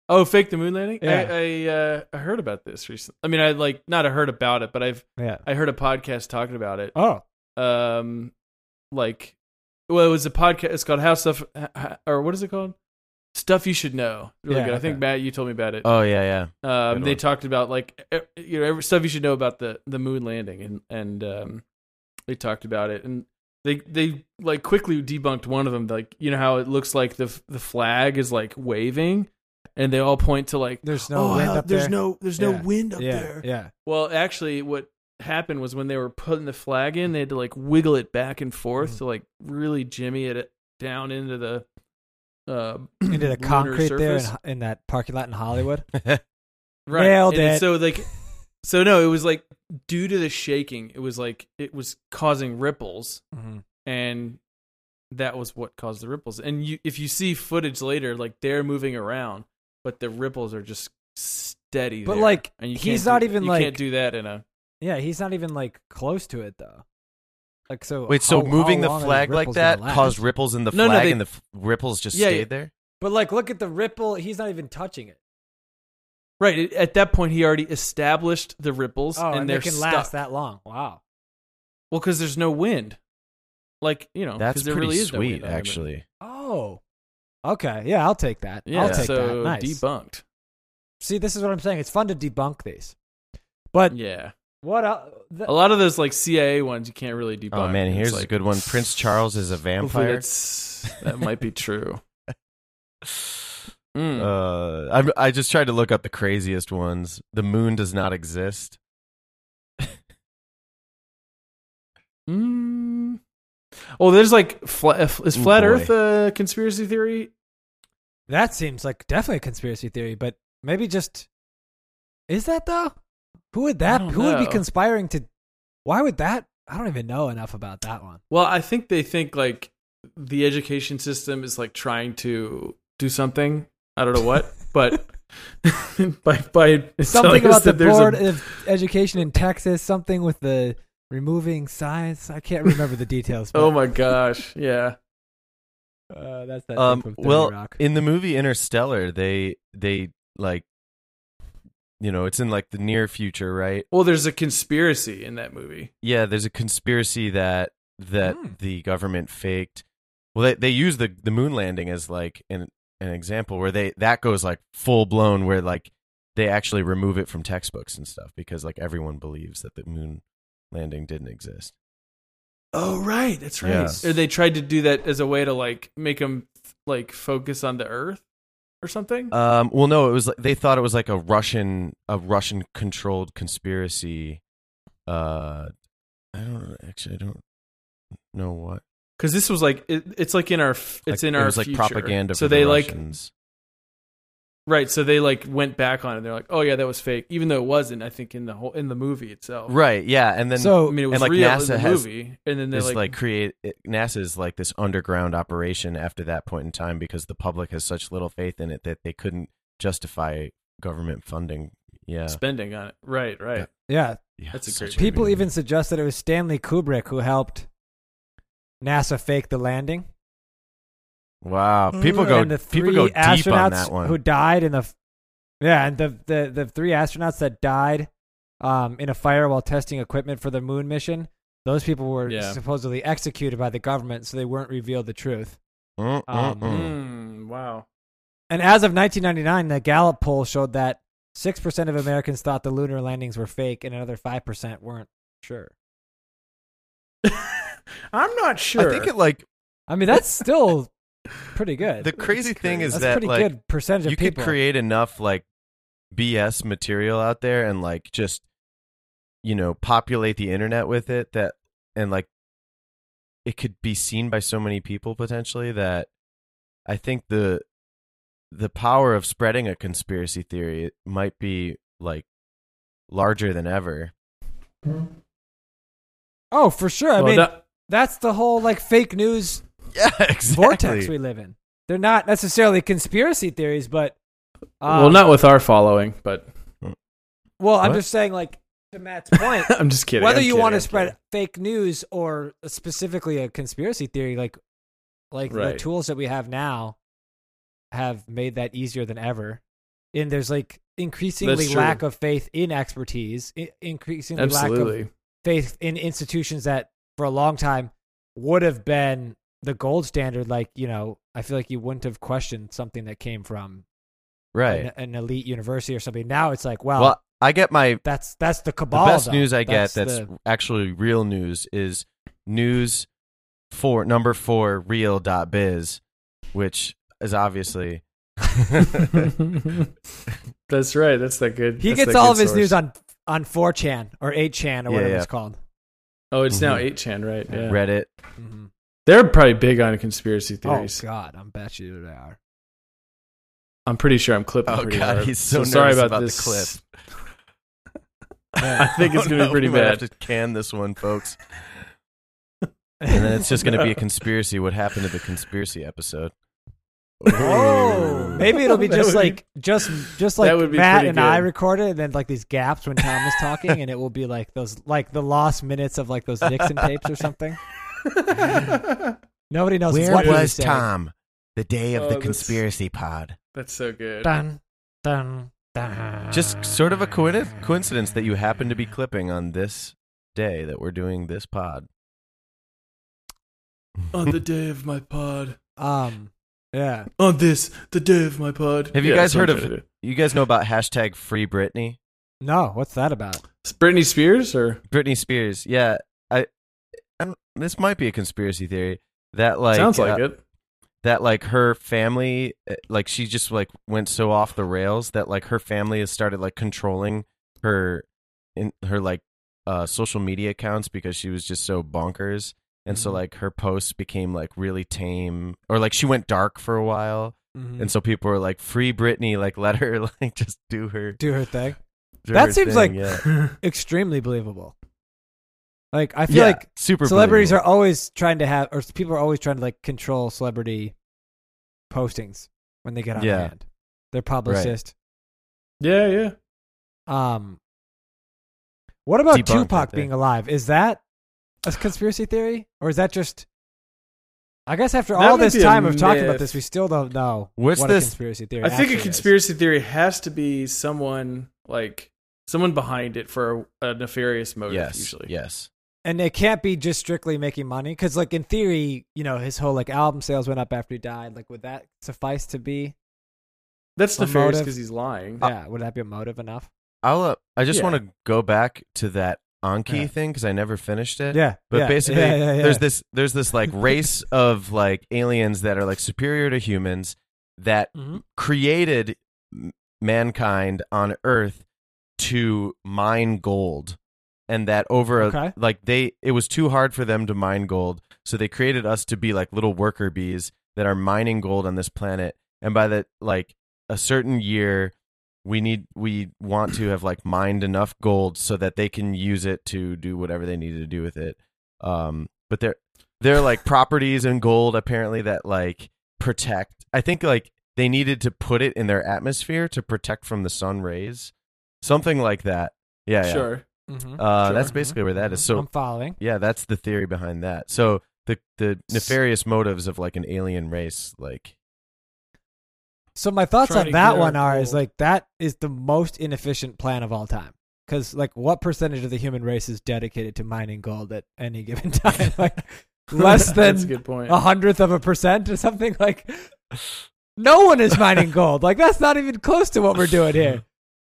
Speaker 1: Oh, fake the moon landing.
Speaker 2: Yeah.
Speaker 1: I I, uh, I heard about this recently. I mean, I like not I heard about it, but I've
Speaker 2: Yeah.
Speaker 1: I heard a podcast talking about it.
Speaker 2: Oh.
Speaker 1: Um, like, well, it was a podcast. It's called How Stuff, or what is it called? Stuff you should know. Really
Speaker 2: Yeah,
Speaker 1: good. I
Speaker 2: okay.
Speaker 1: think Matt, you told me about it.
Speaker 3: Oh yeah, yeah.
Speaker 1: um,
Speaker 3: good
Speaker 1: they
Speaker 3: one.
Speaker 1: talked about like e- you know every stuff you should know about the the moon landing, and and um, they talked about it, and they they like quickly debunked one of them. Like you know how it looks like the f- the flag is like waving, and they all point to like
Speaker 2: There's no
Speaker 1: oh
Speaker 2: wind
Speaker 1: hell,
Speaker 2: up
Speaker 1: there's
Speaker 2: there.
Speaker 1: no there's
Speaker 2: Yeah.
Speaker 1: no wind up
Speaker 2: yeah.
Speaker 1: there.
Speaker 2: Yeah.
Speaker 1: Well, actually, what happened was when they were putting the flag in, they had to like wiggle it back and forth
Speaker 2: Mhm.
Speaker 1: to like really jimmy it down into the uh,
Speaker 2: Into
Speaker 1: lunar
Speaker 2: the concrete there in,
Speaker 1: surface.
Speaker 2: Ho- in that parking lot in Hollywood.
Speaker 1: right?
Speaker 2: Nailed
Speaker 1: and
Speaker 2: it.
Speaker 1: So like, so no, it was like due to the shaking, it was like it was causing ripples,
Speaker 2: Mhm.
Speaker 1: and that was what caused the ripples. And you, if you see footage later, like they're moving around, but the ripples are just steady.
Speaker 2: But
Speaker 1: there.
Speaker 2: like
Speaker 1: and you
Speaker 2: he's
Speaker 1: can't
Speaker 2: not
Speaker 1: do-
Speaker 2: even
Speaker 1: you
Speaker 2: like
Speaker 1: can't do that in a
Speaker 2: Yeah, he's not even like close to it though. Like so.
Speaker 3: Wait, so
Speaker 2: how-
Speaker 3: moving
Speaker 2: how
Speaker 3: the
Speaker 2: long are these
Speaker 3: flag like
Speaker 2: ripples gonna
Speaker 3: that
Speaker 2: last?
Speaker 3: caused ripples in the
Speaker 1: No, no,
Speaker 3: flag,
Speaker 1: they-
Speaker 3: and the f- ripples just
Speaker 1: Yeah, yeah.
Speaker 3: stayed there.
Speaker 2: But like, look at the ripple. He's not even touching it.
Speaker 1: Right. it- At that point, he already established the ripples,
Speaker 2: Oh, and,
Speaker 1: and,
Speaker 2: they
Speaker 1: they're
Speaker 2: can
Speaker 1: stuck.
Speaker 2: last that long. Wow.
Speaker 1: well, because there's no wind. Like you know,
Speaker 3: That's
Speaker 1: Oh, 'cause there
Speaker 3: pretty
Speaker 1: really is no
Speaker 3: sweet,
Speaker 1: wind on the moon.
Speaker 3: actually.
Speaker 2: Oh. Okay. Yeah, I'll take that.
Speaker 1: Yeah.
Speaker 2: I'll take
Speaker 1: so
Speaker 2: that. Nice.
Speaker 1: debunked.
Speaker 2: See, this is what I'm saying. It's fun to debunk these. But
Speaker 1: Yeah.
Speaker 2: what else? The,
Speaker 1: A lot of those like CIA ones you can't really debunk.
Speaker 3: Oh man,
Speaker 1: It's
Speaker 3: here's a
Speaker 1: like,
Speaker 3: good one. Prince Charles is a
Speaker 1: hopefully
Speaker 3: vampire.
Speaker 1: That's, that might be true. Mm.
Speaker 3: Uh, I'm, I just tried to look up the craziest ones. The moon does not exist.
Speaker 1: Mm. Oh, there's like flat, is
Speaker 3: Oh,
Speaker 1: flat
Speaker 3: boy.
Speaker 1: Earth a conspiracy theory?
Speaker 2: that seems like definitely a conspiracy theory, but maybe just is that though? Who would that?
Speaker 1: don't
Speaker 2: Who would be
Speaker 1: know.
Speaker 2: conspiring to? Why would that? I don't even know enough about that one.
Speaker 1: Well, I think they think like the education system is like trying to do something. I don't know what, but by by
Speaker 2: something
Speaker 1: telling us
Speaker 2: about the
Speaker 1: that there's
Speaker 2: board
Speaker 1: a,
Speaker 2: of education in Texas. Something with the removing science. I can't remember the details. But,
Speaker 1: oh my gosh, yeah,
Speaker 2: uh, that's that.
Speaker 3: Um,
Speaker 2: thing from 30
Speaker 3: well,
Speaker 2: Rock.
Speaker 3: in the movie Interstellar, they they like, you know, it's in like the near future, right?
Speaker 1: Well, there's a conspiracy in that movie.
Speaker 3: Yeah, there's a conspiracy that that
Speaker 2: Hmm.
Speaker 3: the government faked. Well, they they use the the moon landing as like an an example where they that goes like full blown where like they actually remove it from textbooks and stuff because like everyone believes that the moon landing didn't exist.
Speaker 1: Oh right, that's
Speaker 3: right. Yeah.
Speaker 1: Or they tried to do that as a way to like make them like focus on the Earth or something.
Speaker 3: Um, well, no, it was like they thought it was like a Russian, a Russian controlled conspiracy. Uh, I don't actually, I don't know what.
Speaker 1: Because this was like it, it's like in our f- it's
Speaker 3: Like,
Speaker 1: in
Speaker 3: it
Speaker 1: our
Speaker 3: was like
Speaker 1: future.
Speaker 3: propaganda.
Speaker 1: So
Speaker 3: for the
Speaker 1: they like
Speaker 3: Russians.
Speaker 1: Right, so they like went back on it. They're like, "Oh yeah, that was fake," even though it wasn't. I think in the whole in the movie itself,
Speaker 3: right, yeah, and then
Speaker 1: I
Speaker 2: so
Speaker 1: mean, it
Speaker 3: and,
Speaker 1: was
Speaker 3: like,
Speaker 1: real
Speaker 3: NASA
Speaker 1: in the
Speaker 3: has-
Speaker 1: movie, and then they
Speaker 3: is
Speaker 1: like,
Speaker 3: like, create it- NASA's like this underground operation after that point in time because the public has such little faith in it that they couldn't justify government funding. Yeah,
Speaker 1: spending on it. Right, right.
Speaker 3: Yeah.
Speaker 2: yeah,
Speaker 3: Yeah,
Speaker 1: That's a
Speaker 3: such
Speaker 1: great-
Speaker 2: people
Speaker 3: weird-
Speaker 2: even suggest that it was Stanley Kubrick who helped NASA fake the landing. Mm.
Speaker 3: wow. Oh, People go
Speaker 2: and the three
Speaker 3: people go
Speaker 2: astronauts
Speaker 3: deep on that one.
Speaker 2: who died in the yeah, and the, the the three astronauts that died um, in a fire while testing equipment for the moon mission. Those people were
Speaker 1: Yeah.
Speaker 2: supposedly executed by the government, so they weren't revealed the truth.
Speaker 3: Mm,
Speaker 1: Oh,
Speaker 3: mm,
Speaker 2: Um,
Speaker 3: mm.
Speaker 1: Mm, wow.
Speaker 2: And as of 1999, the Gallup poll showed that six percent of Americans thought the lunar landings were fake, and another five percent weren't sure.
Speaker 1: I'm not sure.
Speaker 3: I think it like
Speaker 2: I mean, that's still pretty good.
Speaker 3: the crazy thing is
Speaker 2: that's
Speaker 3: that
Speaker 2: pretty
Speaker 3: like
Speaker 2: good percentage of
Speaker 3: you could
Speaker 2: people.
Speaker 3: create enough like BS material out there and like just you know populate the internet with it that and like it could be seen by so many people potentially that I think the the power of spreading a conspiracy theory might be like larger than ever.
Speaker 2: Oh, for sure. I
Speaker 1: Well,
Speaker 2: mean,
Speaker 1: that-
Speaker 2: that's the whole like fake news
Speaker 3: Yeah,
Speaker 2: vortex we live in. They're not necessarily conspiracy theories, but um,
Speaker 3: uh,
Speaker 1: well, not with our following, but
Speaker 2: Well, I'm
Speaker 3: What?
Speaker 2: just saying, like to Matt's point,
Speaker 1: I'm just kidding.
Speaker 2: whether
Speaker 1: I'm
Speaker 2: you
Speaker 1: kidding,
Speaker 2: want to
Speaker 1: I'm
Speaker 2: spread
Speaker 1: kidding.
Speaker 2: fake news or specifically a conspiracy theory, like like the
Speaker 1: Right.
Speaker 2: tools that we have now have made that easier than ever. And there's like increasingly
Speaker 1: That's true.
Speaker 2: lack of faith in expertise, i- increasingly lack of
Speaker 1: absolutely,
Speaker 2: faith in institutions that for a long time would have been the gold standard. Like you know, I feel like you wouldn't have questioned something that came from
Speaker 3: Right.
Speaker 2: an, an elite university or something. Now it's like, wow,
Speaker 3: Well, I get my
Speaker 2: that's that's the
Speaker 3: the
Speaker 2: cabal.
Speaker 3: best
Speaker 2: though.
Speaker 3: news I get
Speaker 2: That's
Speaker 3: that's
Speaker 2: the-
Speaker 3: actually real news is news for number four real dot biz, which is obviously
Speaker 1: That's right. That's that good.
Speaker 2: He
Speaker 1: that's
Speaker 2: gets
Speaker 1: that
Speaker 2: all
Speaker 1: good
Speaker 2: of his
Speaker 1: source.
Speaker 2: news on on 4chan or 8chan or
Speaker 3: Yeah,
Speaker 2: whatever
Speaker 3: yeah.
Speaker 2: it's called.
Speaker 1: Oh, it's now
Speaker 3: Mhm.
Speaker 1: eight chan, right? Yeah.
Speaker 3: Reddit.
Speaker 2: Mhm.
Speaker 1: They're probably big on conspiracy
Speaker 2: Oh
Speaker 1: theories.
Speaker 2: God, I'm bet you they are.
Speaker 1: I'm pretty sure I'm clipping.
Speaker 3: Oh
Speaker 1: pretty
Speaker 3: God,
Speaker 1: hard.
Speaker 3: he's so,
Speaker 1: sorry
Speaker 3: nervous
Speaker 1: about,
Speaker 3: about,
Speaker 1: this
Speaker 3: the clip.
Speaker 1: I think it's
Speaker 3: Oh,
Speaker 1: gonna be
Speaker 3: no,
Speaker 1: pretty
Speaker 3: we might
Speaker 1: bad.
Speaker 3: have to can this one, folks. And then it's just going to be a conspiracy. What happened to the conspiracy episode?
Speaker 1: Oh.
Speaker 2: Maybe it'll be
Speaker 1: That
Speaker 2: just
Speaker 1: would be-
Speaker 2: like just just like
Speaker 1: That would be
Speaker 2: Matt
Speaker 1: pretty
Speaker 2: and I
Speaker 1: good.
Speaker 2: recorded, and then like these gaps when Tom was talking, and it will be like those like the lost minutes of like those Nixon tapes or something. Nobody knows
Speaker 3: Where
Speaker 2: what he
Speaker 3: was
Speaker 2: said.
Speaker 3: Tom the day of
Speaker 1: Oh,
Speaker 3: the
Speaker 1: this-
Speaker 3: conspiracy pod?
Speaker 1: That's so good.
Speaker 2: Dun, dun, dun.
Speaker 3: Just sort of a coinc- coincidence that you happen to be clipping on this day that we're doing this pod.
Speaker 1: on the day of my pod.
Speaker 2: um yeah.
Speaker 1: On this, the day of my pod.
Speaker 3: Have you
Speaker 1: Yeah,
Speaker 3: guys
Speaker 1: that's what
Speaker 3: heard
Speaker 1: I'm
Speaker 3: of-
Speaker 1: trying to do.
Speaker 3: You guys know about hashtag Free Britney?
Speaker 2: No, what's that about?
Speaker 1: It's Britney Spears or
Speaker 3: Britney Spears. Yeah, I, I don't, this might be a conspiracy theory that like
Speaker 1: sounds
Speaker 3: uh,
Speaker 1: like it.
Speaker 3: that like her family uh, like she just like went so off the rails that like her family has started like controlling her in her like uh social media accounts because she was just so bonkers and so
Speaker 2: Mhm.
Speaker 3: like her posts became like really tame or like she went dark for a while
Speaker 2: Mhm.
Speaker 3: and so people were like free Britney like let her like just do her
Speaker 2: Do her thing.
Speaker 3: do
Speaker 2: That
Speaker 3: her
Speaker 2: seems
Speaker 3: thing,
Speaker 2: like
Speaker 3: yeah.
Speaker 2: extremely believable. Like I feel
Speaker 3: Yeah,
Speaker 2: like
Speaker 3: super
Speaker 2: celebrities
Speaker 3: believable.
Speaker 2: are always trying to have, or people are always trying to like control celebrity postings when they get on
Speaker 3: Yeah.
Speaker 2: hand. Their publicist.
Speaker 1: Yeah, yeah.
Speaker 2: Um, what about
Speaker 3: Debunked right
Speaker 2: Tupac
Speaker 3: there.
Speaker 2: being alive? Is that a conspiracy theory, or is that just? I guess after
Speaker 1: That
Speaker 2: all
Speaker 1: might
Speaker 2: this
Speaker 1: be a
Speaker 2: time of talking about
Speaker 1: myth.
Speaker 2: this, we still don't know
Speaker 3: What's
Speaker 2: what
Speaker 3: this-
Speaker 2: a conspiracy theory.
Speaker 1: I think
Speaker 2: actually
Speaker 1: a
Speaker 2: is.
Speaker 1: conspiracy theory has to be someone like someone behind it for a, a nefarious motive.
Speaker 3: yes
Speaker 1: usually,
Speaker 3: yes
Speaker 2: and it can't be just strictly making money because like in theory you know his whole like album sales went up after he died like would that suffice to be
Speaker 1: that's
Speaker 2: A
Speaker 1: nefarious
Speaker 2: motive.
Speaker 1: because he's lying.
Speaker 3: Uh,
Speaker 2: yeah would that be a motive enough
Speaker 3: I'll uh, I just
Speaker 1: Yeah.
Speaker 3: want to go back to that Anki
Speaker 2: Yeah.
Speaker 3: thing because I never finished it
Speaker 2: yeah
Speaker 3: But
Speaker 2: yeah,
Speaker 3: basically,
Speaker 2: yeah, yeah, yeah.
Speaker 3: there's this there's this like race of like aliens that are like superior to humans that
Speaker 2: Mhm.
Speaker 3: created m- mankind on Earth to mine gold, and that over a-
Speaker 2: Okay.
Speaker 3: like they it was too hard for them to mine gold, so they created us to be like little worker bees that are mining gold on this planet, and by the like a certain year we need we want to have like mined enough gold so that they can use it to do whatever they need to do with it um but there there are like properties in gold apparently that like protect i think like they needed to put it in their atmosphere to protect from the sun rays something like that yeah, yeah.
Speaker 1: sure.
Speaker 2: Mhm.
Speaker 3: uh
Speaker 1: Sure.
Speaker 3: that's basically where that is
Speaker 2: Mhm.
Speaker 3: so
Speaker 2: i'm following
Speaker 3: yeah that's the theory behind that so the the nefarious motives of like an alien race like
Speaker 2: so my thoughts
Speaker 1: Trying
Speaker 2: on
Speaker 1: to
Speaker 2: that
Speaker 1: get
Speaker 2: one
Speaker 1: our
Speaker 2: are is
Speaker 1: gold.
Speaker 2: like that is the most inefficient plan of all time because like what percentage of the human race is dedicated to mining gold at any given time like less
Speaker 1: that's a
Speaker 2: than
Speaker 1: good point.
Speaker 2: a hundredth of a percent or something like no one is mining gold like that's not even close to what we're doing here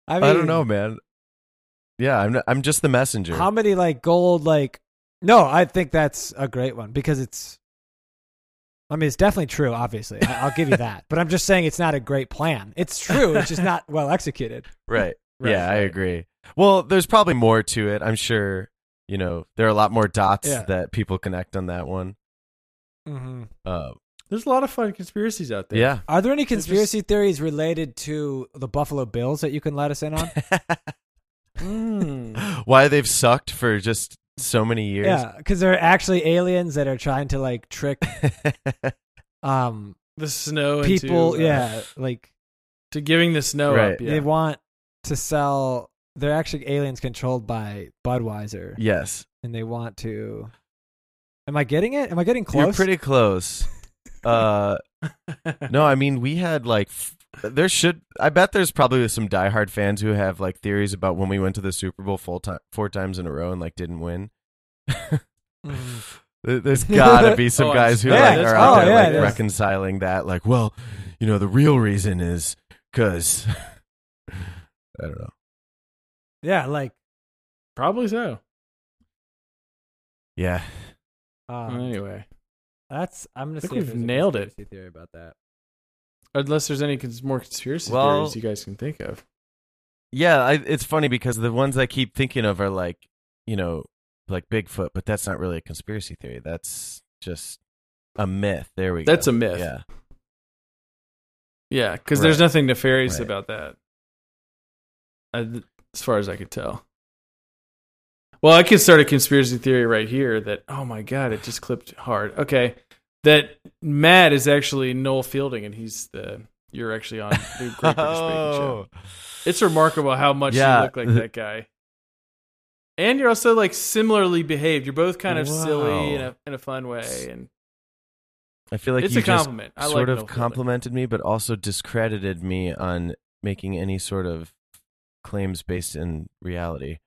Speaker 2: i mean
Speaker 3: I don't know, man. Yeah, I'm not, I'm just the messenger.
Speaker 2: how many like gold like no i think that's a great one because it's i mean it's definitely true obviously I- i'll give you that but i'm just saying it's not a great plan it's true it's just not well executed
Speaker 3: right.
Speaker 1: Right,
Speaker 3: Yeah, I
Speaker 1: right.
Speaker 3: agree. Well, there's probably more to it. I'm sure, you know, there are a lot more dots
Speaker 2: Yeah.
Speaker 3: that people connect on that one.
Speaker 2: mm-hmm.
Speaker 3: Uh,
Speaker 1: There's a lot of fun conspiracies out there.
Speaker 3: yeah.
Speaker 2: are there any
Speaker 1: just-
Speaker 2: conspiracy theories related to the buffalo bills that you can let us in on
Speaker 1: Hmm.
Speaker 3: why they've sucked for just so many years.
Speaker 2: Yeah, because they're actually aliens that are trying to like trick um
Speaker 1: the snow
Speaker 2: people.
Speaker 1: into, uh,
Speaker 2: yeah, like
Speaker 1: to giving the snow
Speaker 3: Right.
Speaker 1: up. Yeah.
Speaker 2: they want to sell. They're actually aliens controlled by Budweiser,
Speaker 3: yes.
Speaker 2: and they want to. Am I getting it? Am I getting
Speaker 3: You're
Speaker 2: close?
Speaker 3: pretty close. Uh no, I mean we had like f- there should I bet there's probably some diehard fans who have like theories about when we went to the Super Bowl full time four times in a row and like didn't win.
Speaker 2: Mhm.
Speaker 3: There- There's gotta be some
Speaker 1: Oh, I'm
Speaker 3: guys who
Speaker 1: sure.
Speaker 3: like
Speaker 1: Yeah,
Speaker 3: are out
Speaker 1: oh,
Speaker 3: there
Speaker 1: yeah,
Speaker 3: like
Speaker 1: there's-
Speaker 3: reconciling that like well, you know, the real reason is cuz I don't know.
Speaker 2: yeah, like
Speaker 1: Probably so.
Speaker 3: Yeah. Uh,
Speaker 2: um,
Speaker 1: anyway,
Speaker 2: that's. I'm gonna
Speaker 1: I think
Speaker 2: see if
Speaker 1: we've
Speaker 2: there's a
Speaker 1: nailed it.
Speaker 2: conspiracy Theory about that.
Speaker 1: unless there's any cons- more conspiracy
Speaker 3: Well-
Speaker 1: theories you guys can think of.
Speaker 3: Yeah, I, it's funny because the ones I keep thinking of are like, you know, like Bigfoot, but that's not really a conspiracy theory. That's just a myth. There we go.
Speaker 1: That's a myth.
Speaker 3: Yeah.
Speaker 1: Yeah, because there's
Speaker 3: Right.
Speaker 1: nothing nefarious
Speaker 3: Right.
Speaker 1: about that, I, as far as I could tell. Well, I could start a conspiracy theory right here that oh my god, it just clipped hard. Okay, that Matt is actually Noel Fielding, and he's the you're actually on the Great British Baking Show. It's remarkable how much
Speaker 3: Oh. Yeah.
Speaker 1: you look like that guy. And you're also like similarly behaved. You're both kind of silly in
Speaker 3: Wow.
Speaker 1: a in a fun way, and
Speaker 3: I feel like
Speaker 1: it's
Speaker 3: you
Speaker 1: a compliment. I
Speaker 3: just
Speaker 1: like
Speaker 3: sort
Speaker 1: Noel
Speaker 3: of
Speaker 1: Fielding.
Speaker 3: complimented me, but also discredited me on making any sort of claims based in reality.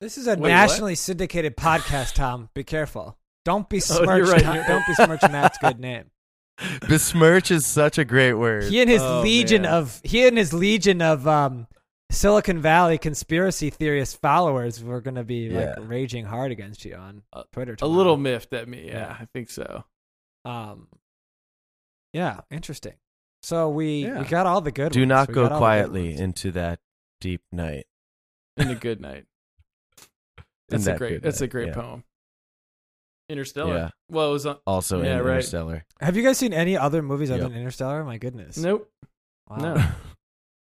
Speaker 2: This is a
Speaker 1: Wait,
Speaker 2: nationally syndicated podcast, Tom. Be careful. Don't be
Speaker 1: Oh,
Speaker 2: smirch.
Speaker 1: you're right,
Speaker 2: Tom-
Speaker 1: you're-
Speaker 2: Don't be smirch Matt's good name.
Speaker 3: Besmirch is such a great word.
Speaker 2: He and his
Speaker 1: Oh,
Speaker 2: legion
Speaker 1: man.
Speaker 2: of he and his legion of um, Silicon Valley conspiracy theorist followers were going to be
Speaker 3: Yeah.
Speaker 2: like raging hard against you on
Speaker 1: A-
Speaker 2: Twitter.
Speaker 1: A
Speaker 2: tomorrow.
Speaker 1: little miffed at me. Yeah,
Speaker 2: Yeah.
Speaker 1: I think so.
Speaker 2: Um, yeah, interesting. So we
Speaker 1: Yeah.
Speaker 2: we got all the good.
Speaker 3: Do
Speaker 2: ones.
Speaker 3: not
Speaker 2: We
Speaker 3: go
Speaker 2: got all the good
Speaker 3: quietly
Speaker 2: ones.
Speaker 3: into that deep night.
Speaker 1: In a good night.
Speaker 3: In
Speaker 1: That's a
Speaker 3: that
Speaker 1: great.
Speaker 3: good
Speaker 1: That's a
Speaker 3: night,
Speaker 1: great
Speaker 3: yeah.
Speaker 1: poem. Interstellar.
Speaker 3: Yeah.
Speaker 1: Well, it was on.
Speaker 3: Also
Speaker 1: Yeah,
Speaker 3: in
Speaker 1: right.
Speaker 3: Interstellar.
Speaker 2: Have you guys seen any other movies other
Speaker 3: Yep.
Speaker 2: than Interstellar? My goodness.
Speaker 1: Nope.
Speaker 2: Wow.
Speaker 1: no.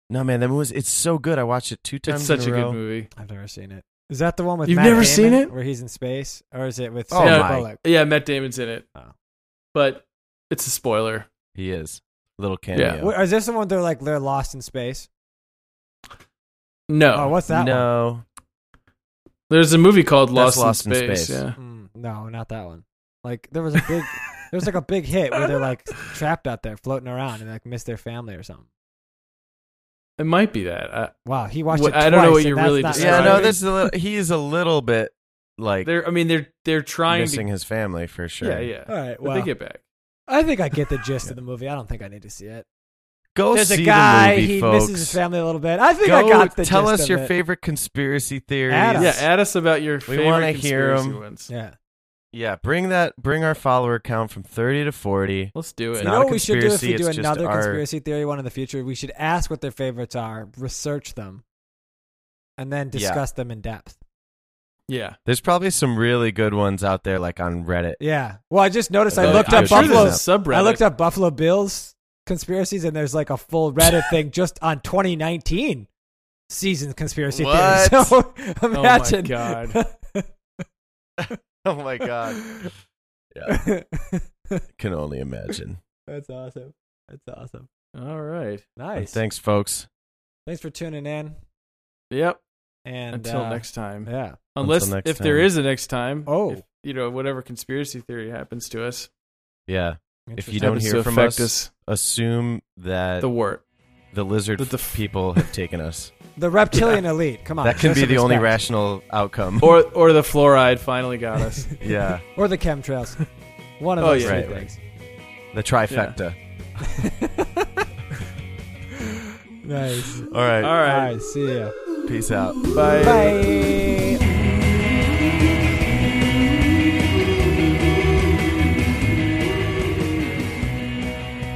Speaker 3: No, man, that was it's so good. I watched it two times.
Speaker 1: It's such a
Speaker 3: in
Speaker 1: good
Speaker 3: row.
Speaker 1: movie.
Speaker 2: I've never seen it. Is that the one with
Speaker 1: You've
Speaker 2: Matt
Speaker 1: never seen
Speaker 2: Damon,
Speaker 1: it?
Speaker 2: where he's in space, or is it with
Speaker 3: Oh
Speaker 2: Sandra
Speaker 1: my.
Speaker 2: Bullock?
Speaker 1: Yeah, Matt Damon's in it.
Speaker 2: Oh.
Speaker 1: But it's a spoiler.
Speaker 3: He is little cameo.
Speaker 1: Yeah.
Speaker 2: Wait, Is this the one they're like they're lost in space?
Speaker 1: No.
Speaker 2: Oh, what's that one?
Speaker 3: no,
Speaker 1: There's a movie called Lost,
Speaker 3: That's Lost
Speaker 1: in
Speaker 3: in
Speaker 1: Space.
Speaker 3: Space.
Speaker 1: Yeah.
Speaker 2: Mm, no, not that one. Like there was a big, there was like a big hit where they're like trapped out there, floating around, and like miss their family or something.
Speaker 1: It might be that. I,
Speaker 2: Wow, he watched
Speaker 1: Wha-
Speaker 2: it. Twice,
Speaker 1: I don't know what
Speaker 2: and
Speaker 1: you're
Speaker 2: that's
Speaker 1: really
Speaker 2: not-
Speaker 3: yeah,
Speaker 1: describing.
Speaker 3: no. This is a little. He is a little bit like
Speaker 1: they're. I mean, they're they're trying
Speaker 3: missing
Speaker 1: to.
Speaker 3: his family for sure.
Speaker 1: Yeah, yeah.
Speaker 2: All right,
Speaker 1: But
Speaker 2: well,
Speaker 1: they get back.
Speaker 2: I think I get the gist of the movie. I don't think I need to see it.
Speaker 3: Go
Speaker 2: There's
Speaker 3: see
Speaker 2: a guy.
Speaker 3: the movie,
Speaker 2: he
Speaker 3: folks.
Speaker 2: misses his family a little bit. I think
Speaker 3: Go
Speaker 2: I got the
Speaker 3: tell
Speaker 2: gist
Speaker 3: us
Speaker 2: of
Speaker 3: your
Speaker 2: it.
Speaker 3: favorite conspiracy theories.
Speaker 2: Add us.
Speaker 1: Yeah, add us about your
Speaker 3: We
Speaker 1: favorite
Speaker 3: wanna hear
Speaker 1: conspiracy
Speaker 3: 'em.
Speaker 1: ones.
Speaker 2: Yeah,
Speaker 3: Yeah, bring that. Bring our follower count from thirty to forty.
Speaker 1: Let's do
Speaker 3: It's
Speaker 1: it.
Speaker 2: you
Speaker 3: not
Speaker 2: know
Speaker 3: a
Speaker 2: what we should do if
Speaker 3: conspiracy,
Speaker 2: we do
Speaker 3: it's just
Speaker 2: another
Speaker 3: our-
Speaker 2: conspiracy theory one in the future. We should ask what their favorites are, research them, and then
Speaker 3: Yeah.
Speaker 2: discuss them in depth.
Speaker 1: Yeah.
Speaker 3: There's probably some really good ones out there, like on Reddit.
Speaker 2: Yeah. Well, I just noticed I
Speaker 3: But
Speaker 2: looked
Speaker 1: I'm
Speaker 2: up
Speaker 1: sure there's a
Speaker 2: Buffalo's
Speaker 1: subreddit.
Speaker 2: I looked up Buffalo Bills conspiracies, and there's like a full Reddit thing just on 2019 season conspiracy
Speaker 3: What?
Speaker 2: theories. So
Speaker 1: my
Speaker 2: imagine.
Speaker 1: God.
Speaker 3: Oh my god, yeah, can only imagine.
Speaker 2: That's awesome. That's awesome.
Speaker 1: All right.
Speaker 2: Nice.
Speaker 3: Thanks, folks.
Speaker 2: Thanks for tuning in.
Speaker 1: Yep.
Speaker 2: And
Speaker 1: Until
Speaker 2: uh,
Speaker 1: next time.
Speaker 2: Yeah.
Speaker 1: Unless
Speaker 3: Until next
Speaker 1: if there
Speaker 3: time.
Speaker 1: is a next time.
Speaker 2: Oh.
Speaker 1: if, you know, whatever conspiracy theory happens to us.
Speaker 3: Yeah. If you
Speaker 2: Interesting.
Speaker 3: don't
Speaker 1: happens
Speaker 3: hear
Speaker 1: to
Speaker 3: from
Speaker 1: affect
Speaker 3: us,
Speaker 1: us,
Speaker 3: assume that
Speaker 1: the
Speaker 3: the,
Speaker 1: wart.
Speaker 3: lizard
Speaker 1: the- the-
Speaker 3: people have taken us.
Speaker 2: the reptilian elite, come on.
Speaker 3: That can
Speaker 2: show
Speaker 3: be
Speaker 2: some
Speaker 3: the only
Speaker 2: respect.
Speaker 3: rational outcome.
Speaker 1: Or or the fluoride finally got us.
Speaker 3: yeah,
Speaker 2: Or the chemtrails. One of
Speaker 1: Oh,
Speaker 2: those
Speaker 1: yeah.
Speaker 2: three
Speaker 3: Right, right.
Speaker 2: things.
Speaker 3: the trifecta.
Speaker 2: Nice.
Speaker 3: All
Speaker 1: All
Speaker 3: right.
Speaker 1: right.
Speaker 2: All right. See ya.
Speaker 3: Peace out.
Speaker 1: Bye.
Speaker 2: Bye.